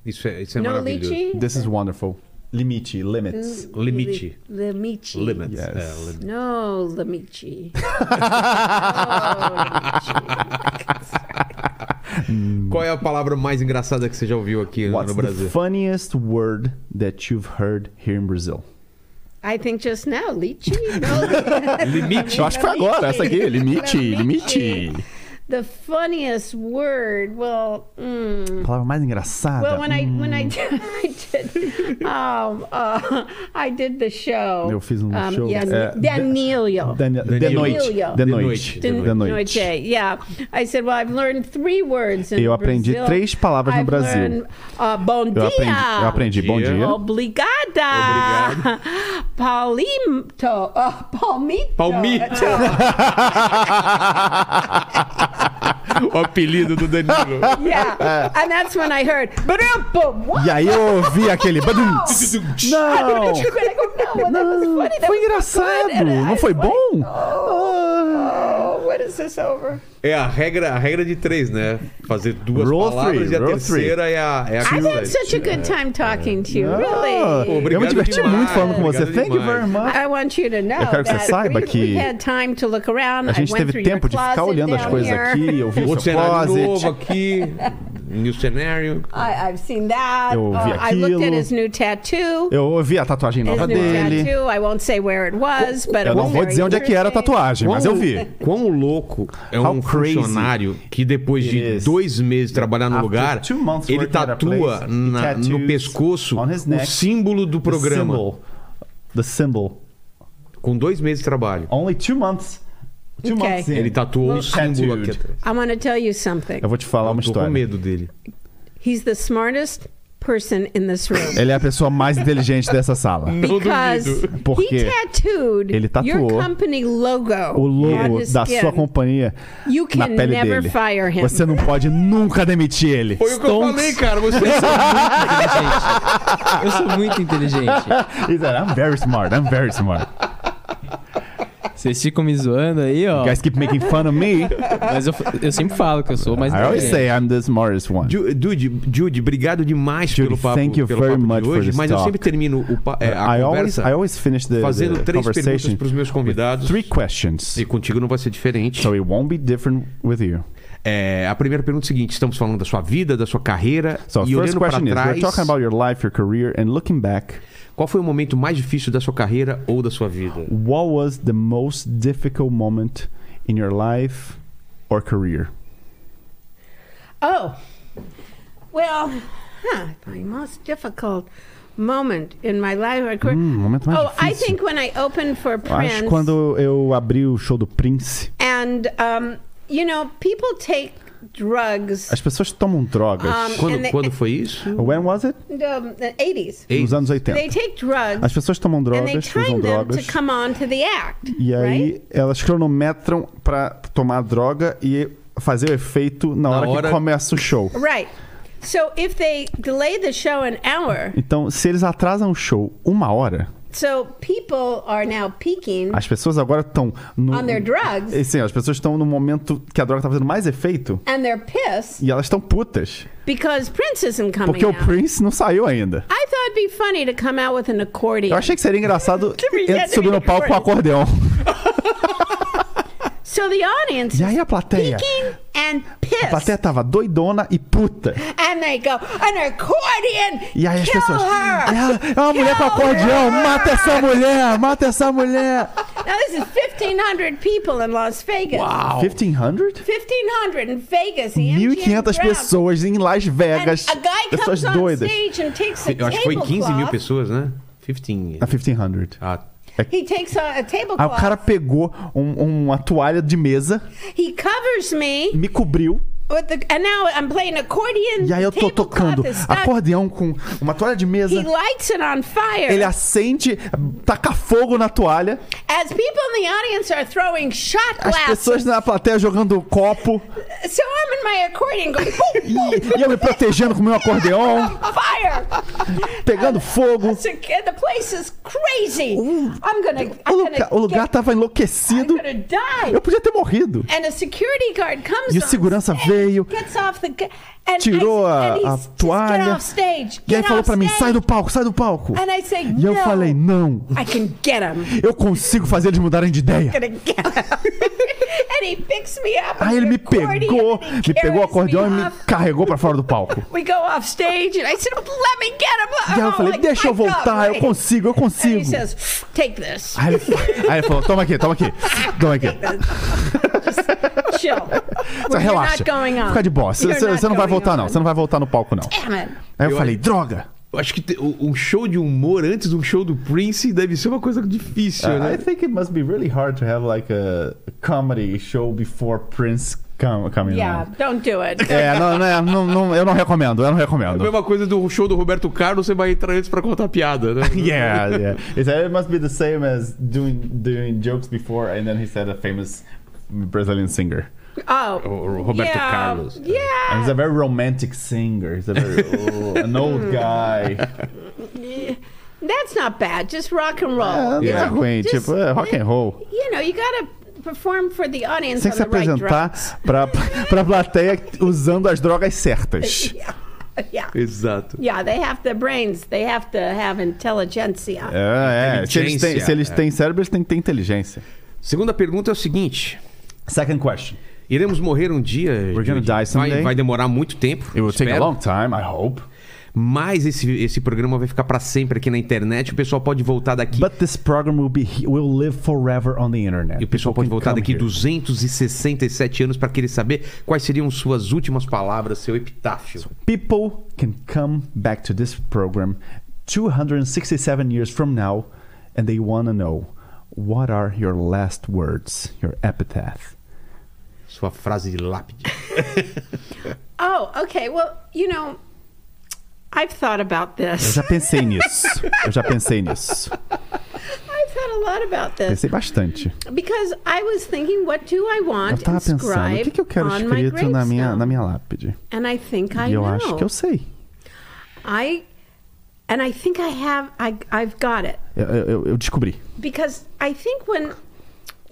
Isso é, isso é no maravilhoso. lychee. This is wonderful. Limite, limits. Limite. Li- Limichi. Limits. Yes. É, limite. No, [LAUGHS] Limichi. oh, Qual é a palavra mais engraçada que você já ouviu aqui What's no the Brasil? funniest word that you've heard here in Brazil? I think just now, lychee. [LAUGHS] No, Limite. Eu acho que foi agora, essa aqui. Limite, limite. the funniest word. Well, mm, Palavra mais engraçada. well, when I when I did, [LAUGHS] I did, um, uh, I did the show. Eu fiz um show, Yeah, é, Danilo. Daniel- de, Danilo. noite. De De noite. noite. De De noite. Yeah. I said, well, I've learned three words in Eu aprendi Brazil. três palavras no I've Brasil. learned, uh, bom dia. Eu aprendi, eu aprendi. Bom Dia. dia. Obrigada. Palmito. Uh, palmito. Palmito. [LAUGHS] o apelido do Danilo. [LAUGHS] Yeah. And that's when I heard. "Brupo, what?" E aí eu ouvi [LAUGHS] aquele. badum, tss. Não! And I go, Oh, "No, well, that was Não, funny. That foi was so good." engraçado, And I não was foi like, bom? Oh, when is this over? É a regra, a regra de três, né? Fazer duas Roll palavras three, e a roll terceira é a, é a I've que- had such a good time talking to you. Ah, Really. eu me Obrigado diverti demais, muito falando com você. obrigado Thank you demais. very much. I want you to know quero que você that saiba we, que we had time to look around. A gente I went teve through your tempo de ficar closet olhando as down coisas here. aqui, eu vi o Outro seu cenário novo closet. [LAUGHS] aqui. New cenário. I, I've seen that. Eu Uh, vi I looked aquilo. at his new tattoo. Eu ouvi a tatuagem his nova new dele. tattoo. I won't say where it was, but Eu it não was vou very dizer onde é que era a interesting. tatuagem, mas eu vi. Quão louco é How um crazy funcionário que depois it de is. dois meses trabalhando no After lugar, two months ele working at a tatua place, he na- tattoos no pescoço on his o neck símbolo do The programa. symbol. The symbol. Com dois meses de trabalho. Only two months. Two Okay. months in. Ele tatuou o Tattooed. símbolo aqui atrás. I want to tell you something. Eu vou te falar uma Tô com história. medo dele. He's the smartest person in this room. Ele é um a pessoa mais inteligente dessa sala. Não Because duvido. Porque he tattooed ele your tatuou company logo O on logo his da skin. sua companhia You na can pele never dele. fire him. Você não pode nunca demitir ele. Foi o que eu Stonks. falei, cara. Você [LAUGHS] Eu sou muito inteligente. He said, I'm very smart, I'm very smart. Vocês ficam me zoando aí, ó. You guys keep making fun of me. Mas eu, eu sempre falo que eu sou mais I always inteligente. say I'm the smartest one. Ju- Dude, Jude, obrigado demais Jude, pelo papo, thank you pelo very papo much de for hoje, this mas eu talk. sempre termino o pa- é, a I always, conversa I always finish the, fazendo the três perguntas conversation para os meus convidados. three questions. E contigo não vai ser diferente. So it won't be different with you. É, a primeira pergunta é a seguinte: estamos falando da sua vida, da sua carreira So e first olhando para question is, trás. we're talking about your life, your career, and looking back, Qual foi o momento mais difícil da sua carreira ou da sua vida? what was the most difficult moment in your life or career? Oh, well, huh, the most difficult moment in my life. or career- Hum, momento mais oh, I difícil. think when I opened for Eu acho Prince, que quando eu abri o show do Prince, and um, you know, people take drugs. As pessoas tomam drogas. Um, Quando, and they- quando foi isso? When was it? um, the 80s. Ei, Nos anos They 80. take drugs As pessoas tomam and they drogas, usam time them to drogas. come on to the act. E aí right? elas cronometram pra tomar a droga e fazer o efeito na, Na hora, hora- que começa o show. Right. So if they delay the show an hour, Então, se eles atrasam o show uma hora, so people are now peaking as pessoas agora estão no. on their drugs E, Sim, as pessoas estão no momento que a droga tá fazendo mais efeito and they're pissed e elas estão putas. because Prince isn't coming Porque o out. Prince não saiu ainda. I thought it'd be funny to come out with an accordion. Eu achei que seria [LAUGHS] engraçado me ele get subir me no palco com o acordeão. So the audience E aí a is plateia? peaking and A plateia pissed. tava doidona e puta. And they go, an accordion! E aí as kill pessoas. her! "Ela é uma mulher com Kill acordeão! her!" Mata essa mulher! Mata essa mulher! Now, this is 1,500 people in Las Vegas. Wow. 1500? 1,500 in Vegas. the MGM 1500 Grand. pessoas em Las And Vegas. a guy Pessoas comes on doidas. stage and takes a Eu acho que foi 15 mil tablecloth. pessoas, né? 15. A 1500. Ah, He takes a, a Aí o tablecloth. cara pegou um- uma toalha de mesa, He covers me me cobriu, with the, and now I'm playing accordion. e aí eu The tô tablecloth tocando is stuck. acordeão com uma toalha de He mesa. lights it on fire. Ele acende, taca fogo na toalha. As people in the audience are throwing shot As glasses. pessoas na plateia jogando copo. [LAUGHS] So I'm in my accordion going, boom, [LAUGHS] E, e eu me protegendo com meu acordeão, fire. pegando fogo. So, and the place is crazy. I'm gonna, O I'm lugar, gonna o lugar get- tava I'm enlouquecido. gonna die. Eu podia ter morrido. And a security guard comes E o on segurança stage, veio, gets off the gu- and tirou I- a- and he a s- just Get toalha. off stage. E aí get falou off pra mim: stage." sai do palco, sai do palco. And I say, E eu "No, falei: não, I can get him. [LAUGHS] I'm eu consigo fazer eles mudarem de ideia. gonna get him. [LAUGHS] and he picks me up. Aí ele me pegou, me pegou o acordeão e me carregou pra fora do palco. We go off stage and I said, "Oh, let me get him. Oh, E aí eu falei: deixa eu voltar, eu consigo, eu And consigo. he says, take this. Aí ele, aí ele falou: toma aqui, toma aqui, toma aqui. Chill. [LAUGHS] Só You're relaxa. not going on. Fica de boa. Você You're você- você não vai going voltar, não. on. Você não vai voltar no palco, não. Damn it. Aí eu Eu- falei: droga. eu acho que te- o- um show de humor antes de um show do Prince deve ser uma coisa difícil, Uh, né? I think it must be really hard to have like a comedy show before Prince com coming Yeah, on. don't do it. É, não, não, não, não, eu não recomendo, eu não recomendo. Mesma coisa do show do Roberto Carlos, você vai entrar antes pra contar piada, né? [LAUGHS] Yeah, yeah. It's, it must be the same as doing doing jokes before, and then he said a famous Brazilian singer. Oh, O Roberto yeah, Carlos. And he's Yeah. a very romantic singer. He's a very oh, an [LAUGHS] old guy. That's not bad. Just rock and roll. É, não é Yeah. ruim, Just- tipo, é rock and roll. You know, you got to perform for the audience Tem que se on the right apresentar drugs. pra, pra plateia usando as drogas certas. [LAUGHS] Yeah. yeah. Exato. Yeah, they have the brains. They have to have intelligentsia. É, é. Se eles, têm, Inteligência, se eles é. têm cérebro, eles têm que ter inteligência. Segunda pergunta é o seguinte: Second question. iremos morrer um dia? We're gonna Judy? die someday. vai, vai demorar muito tempo. It will take a espero. long time, I hope. Mas esse, esse programa vai ficar pra sempre aqui na internet. O pessoal pode voltar daqui. But this program will be will live forever on the internet. E o pessoal pode People voltar can come daqui here. 267 anos pra querer saber quais seriam suas últimas palavras, seu epitáfio. People can come back to this program 267 years from now and they want to know what are your last words, your epitaph. Sua frase de lápide. Oh, okay. Well, you know, I've thought about Eu this. já pensei [LAUGHS] nisso. Eu já pensei nisso. I've thought a lot about this Pensei bastante. because I was thinking, what do I Eu want tava pensando, o inscribed uh, que, que eu quero on my escrito na minha, gravestone? na minha lápide? And I think I e eu know. acho que eu sei. I and I think I have I I've got it Eu- eu- eu descobri. because I think when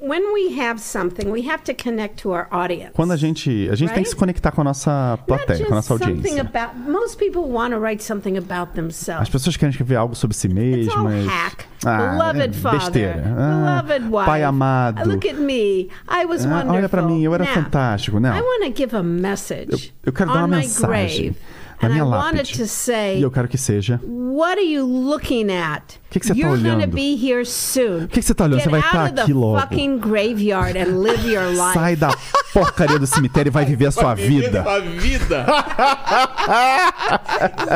when we have something we have to connect to our audience. Quando a gente. A gente tem que Right? se conectar com a nossa Not plateia, com a just nossa something audiência. about most people want to write something about As themselves. pessoas querem escrever algo sobre si It's all mesmas. hack. Ah, Beloved é father. besteira. Ah, Beloved wife. Pai amado. Look at me. I was Ah, wonderful. olha pra mim, eu era Now, fantástico. Não. I want to give a message Eu quero dar on uma my mensagem grave. na and minha I wanted lápide. to say E eu quero que seja. What are you looking at? que que você tá You're gonna olhando? be here soon. O que que você tá olhando? Você Get vai out tá of the aqui logo. fucking graveyard and live your [LAUGHS] life. Sai da porcaria do cemitério e vai viver a sua vida. Sua vida!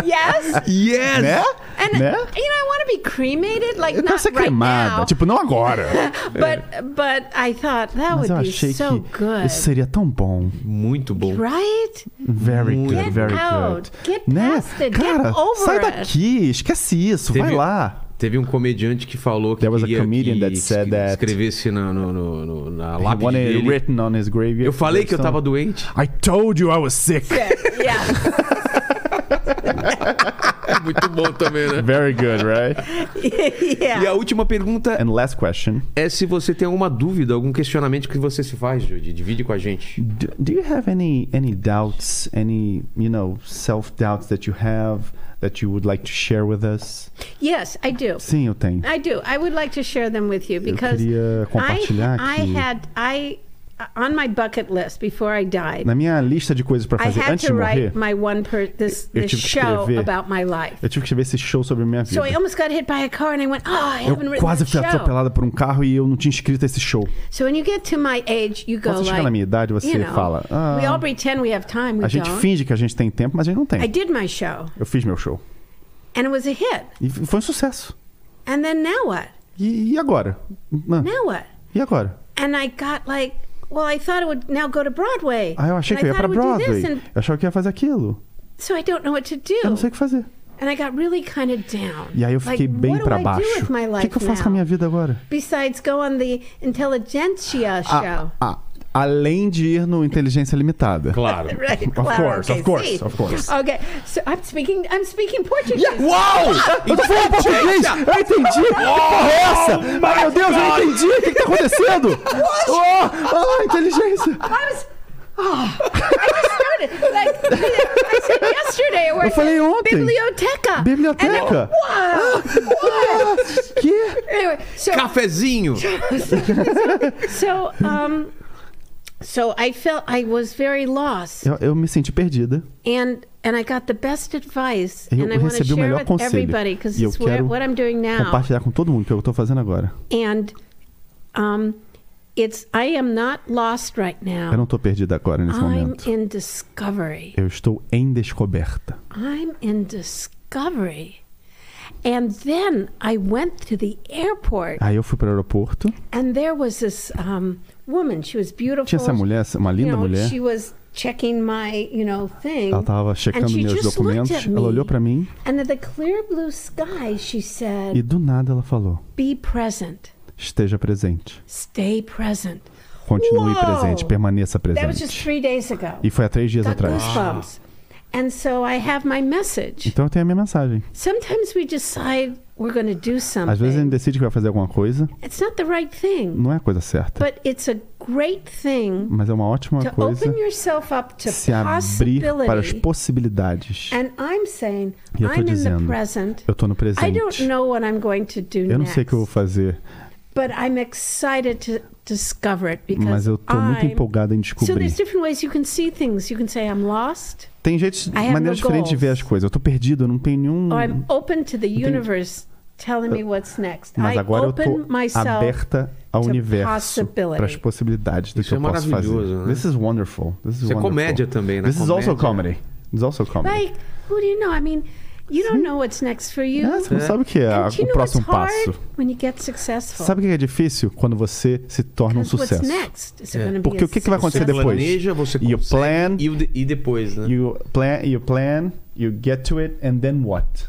Yes. yes! Né? And Né? [LAUGHS] you know, I want to be cremated? Like Eu quero not ser right cremada. now. Tipo, não [LAUGHS] agora. but but I thought that Mas eu would be achei so que good. isso seria tão bom. Muito bom. [LAUGHS] Right? Very Muito. good, Get very good. out. Get né? past it. Get Cara, over sai it. daqui, esquece isso, vai Teve- lá. Teve um comediante que falou que There was a queria comedian que that said es- that- escrevesse na, no- no- no- na I lápide want it um dele. written on his grave. Eu falei que eu tava doente. I told you I was sick. Yeah. yeah. É Muito bom também, [LAUGHS] né? Very good, right? E yeah. [LAUGHS] a última pergunta And last question. é se você tem alguma dúvida, algum questionamento que você se faz, Judy. Divide com a gente. Do, do you have any any doubts, any, you know, self-doubts that you have that you would like to share with us? Yes, I do. Sim, eu tenho. I do. I would like to share them with you because queria I, compartilhar I aqui. had I on my bucket list before I died. Na minha lista de coisas pra I fazer had antes de to morrer, write my one per this, Eu this tive que show escrever. about my life. eu tive que escrever esse show sobre a minha vida. So I almost got hit by a car and I went, oh, I haven't eu written quase that fui show. atropelada por um carro e eu não tinha escrito esse show. So when you get to my age, you go Quando você chega like, na minha idade, você you know, fala, "Ah, we all pretend we have time, we A gente don't. finge que a gente tem tempo, mas a gente não tem. I did my show Eu fiz meu show. and it was a hit. E f- foi um sucesso. And then now what? E, e agora? Ah, Now what? E agora? And I got like, well, I thought it would now go to Broadway. Ah, eu achei And que eu ia thought pra it would do Broadway. this, and Eu achava que eu ia fazer aquilo. so I don't know what to do. Eu não sei o que fazer. And I got really kind of down. E aí eu fiquei like, bem what pra do I do baixo. with my O life que, que eu faço now? com a minha vida agora? Besides go on the intelligentsia show. Ah, além de ir no Inteligência Limitada. Claro. [LAUGHS] Right, of course, of course, of course. Okay, so I'm speaking. I'm speaking Portuguese. Uau! Eu tô falando português! Eu entendi! Que porra é essa? Oh Ai, meu Deus, eu entendi! O que, que tá acontecendo? Oh, ah, inteligência! I was. Oh, I just started. Like I said yesterday, or Eu falei ontem. Biblioteca. Biblioteca! Ah, que? Anyway, so Cafezinho. so um, so I felt I was very lost, Eu, eu me senti perdida. and and I got the best advice, Eu and I want to recebi o share melhor with conselho. everybody because E eu it's where, quero what I'm doing now. Compartilhar com todo mundo o que eu tô fazendo agora. and um, it's I am not lost right Eu now. não tô perdida agora nesse I'm momento. in discovery. Eu estou em descoberta. I'm in discovery. And then I went to the airport, Aí eu fui pro aeroporto. and there was this um, woman. She was beautiful. Tinha essa mulher, essa- uma linda you know, mulher. She was checking my, you know, thing. Ela tava and checando she meus just looked documentos. at Ela me. olhou pra mim And in the clear blue sky, she e said, do nada ela falou: "Be present. Esteja presente. Stay present." Continue Uou! presente. Permaneça That was just presente. three days ago. E foi há três dias Got atrás. goosebumps. And so I have my message. Então eu tenho a minha mensagem. Sometimes we decide we're going to do Às vezes a gente something. decide que vai fazer alguma coisa, It's not the right thing, não é a coisa certa. but it's a great thing Mas é uma ótima to coisa open yourself up to se abrir para as possibility. possibilidades. And I'm saying, E eu tô I'm in the dizendo, present. Eu tô no I don't presente. know what I'm going to do Eu não sei o next, que eu vou fazer, but I'm excited to discover it mas because eu tô muito I'm... empolgado em So descobrir. there's different ways you can see things. You can say I'm lost, Tem jeitos, have maneiras no diferentes de ver as goals. coisas. Eu tô perdido, eu não tenho nenhum. or I'm open to the tenho- universe telling me what's next. Mas I agora eu open tô myself aberta ao to universo, possibility. para as possibilidades do Isso que é eu posso fazer. maravilhoso, né? This is wonderful. This is Isso é wonderful. comédia também, né? This is also Comédia. comedy. This is also comedy. Like, who do you know? I mean, you don't know what's next for you. É, você não sabe o que é And Hmm? a- do you o know what's próximo hard passo. when you get successful? Sabe o que é difícil? Quando você se torna um 'Cause what's sucesso. next? Is it É. gonna be Porque a o que, que vai success? acontecer depois? planeja, você You consegue. plan, E, o de- e depois, né? you plan, you plan, you get to it, and then what?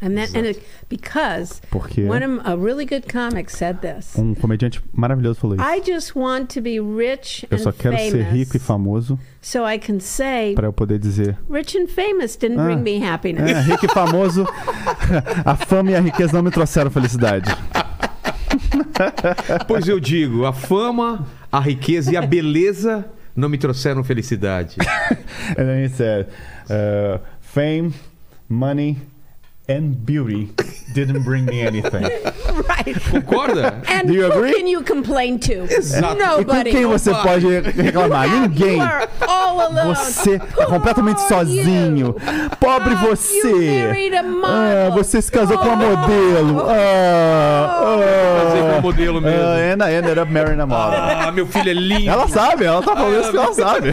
And then, and it, because Porque one of a really good comic said this. um comediante maravilhoso falou isso. I just want to be rich Eu and só quero ser rico e famous, famoso so I can say para eu poder dizer rich and famous didn't Ah. bring me happiness. É, rico e famoso, [LAUGHS] a fama e a riqueza não me trouxeram felicidade. Pois eu digo, a fama, a riqueza e a beleza não me trouxeram felicidade. And then he said, uh, é, fame, money and beauty didn't bring me [LAUGHS] anything. right. Concorda? And Ah. Do you who agree? can you complain to? Exato. E com Nobody. quem você pode reclamar? Ninguém. You are all alone. Você é completamente Poor sozinho. you. Pobre Ah, you você. married a Ah, model. você se casou com a Oh. modelo. Casei com Ah, a modelo mesmo. Ah, and I ended up marrying a model. [LAUGHS] Ah, meu filho é lindo. Ela sabe, ela tá falando isso que ela sabe.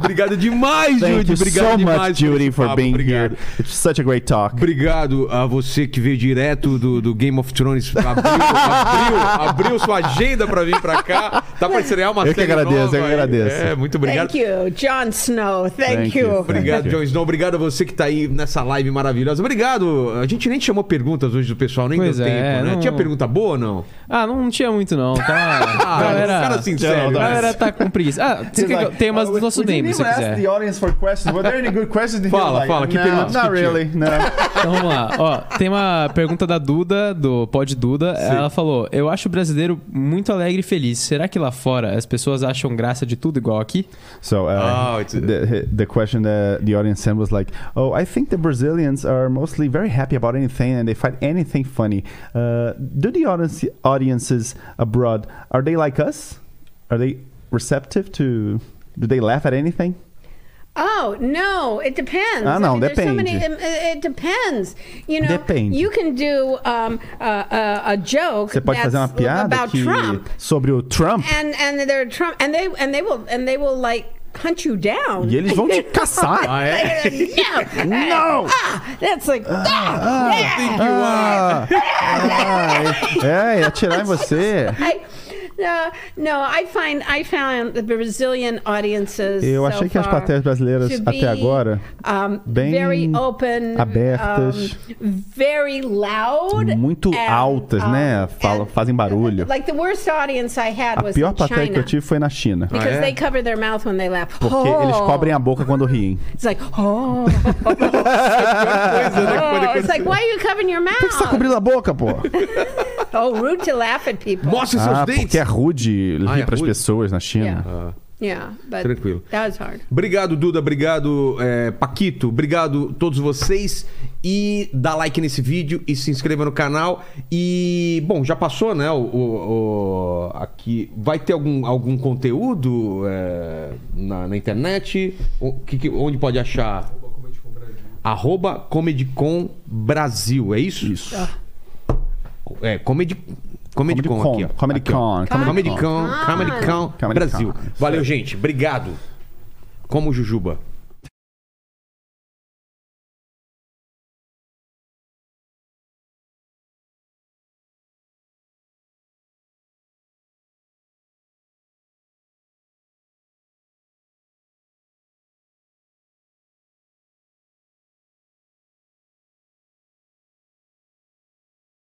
Obrigado demais, Thank Judy. you Obrigado so demais. much, por Judy, esse for papo. being Obrigado. here. It's such a great talk. Obrigado a você que veio direto do, do Game of Thrones. Abriu, abriu, abriu sua agenda pra vir pra cá. Tá pra estrear uma Eu que série agradeço, nova eu que aí. agradeço. É, muito obrigado. Thank you, Jon Snow. Thank, Thank you. you. É. Obrigado, John Snow. Obrigado a você que tá aí nessa live maravilhosa. Obrigado. A gente nem chamou perguntas hoje do pessoal, nem Pois deu é, tempo, né? não- Tinha pergunta boa ou não? Ah, não, não tinha muito, não. Tá. Ah, galera, cara sincero. não, a não. galera tá com preguiça. Ah, você quer que eu- uh, tem umas dos nossos membros, se você quiser. audience for questions? Were there any good questions? he was Fala, like, fala, que "No, perguntas Not not que tinha?" really, really, no. Então vamos lá. Ó, tem uma pergunta da Duda, do Pod Duda. Ela falou: Eu acho o brasileiro muito alegre e feliz. Será que lá fora as pessoas acham graça de tudo igual aqui? [LAUGHS] So uh, Oh, it's- the, the question that the audience sent was like, "Oh, I think the Brazilians are mostly very happy about anything and they find anything funny. Uh, do the audience, audiences abroad are they like us? Are they receptive to? Do they laugh at anything? Oh no, it depends. Ah, não, there's So many, depende. um, uh, it depends. You know, Depende. you can do um, uh, uh, a joke Você pode that's fazer uma piada about que Trump, sobre o Trump and and they're Trump, and they and they will and they will like hunt you down. e eles vão [LAUGHS] te caçar." Ah, é? [LAUGHS] no, No! Ah, that's like ah, yeah. Ah, ah, [LAUGHS] é, é atirar em você. I, no, no, I find I found the Brazilian audiences. Eu so achei que as far plateias brasileiras to até be, agora, um, bem very open, abertas. um, very loud, Muito and, altas, né? um, Fala- and- fazem barulho. É, Like the worst audience I had A was pior in plateia China. que eu tive foi na China. Because Ah, é? they cover their mouth when they laugh. Porque oh. eles cobrem a boca quando [LAUGHS] riem. It's like, [LAUGHS] oh. [LAUGHS] Coisa, né, que pode oh. It's acontecer. like, why are you covering your Por que você tá mouth? cobrindo a boca, pô? Oh, rude to laugh at people. Mostre seus Ah, dentes. porque é rude rir Ah, é pras rude? pessoas na China. Yeah. Ah. Yeah, but Tranquilo. that was hard. Obrigado, Duda. Obrigado, é, Paquito. Obrigado a todos vocês. E dá like nesse vídeo e se inscreva no canal. E, bom, já passou, né? O, o- o- aqui. Vai ter algum, algum conteúdo é, na, na internet? O, que que- onde pode achar? Arroba Comedy Com Brasil, é isso? Isso. É, Comedy, Comedy, Comedy Con, Con, aqui, ó. Comedy Aqui, ó. Con, Comedy Comedy Con, Comedy Con, Comedy Brasil. Con. Valeu, gente. Obrigado. Como Jujuba.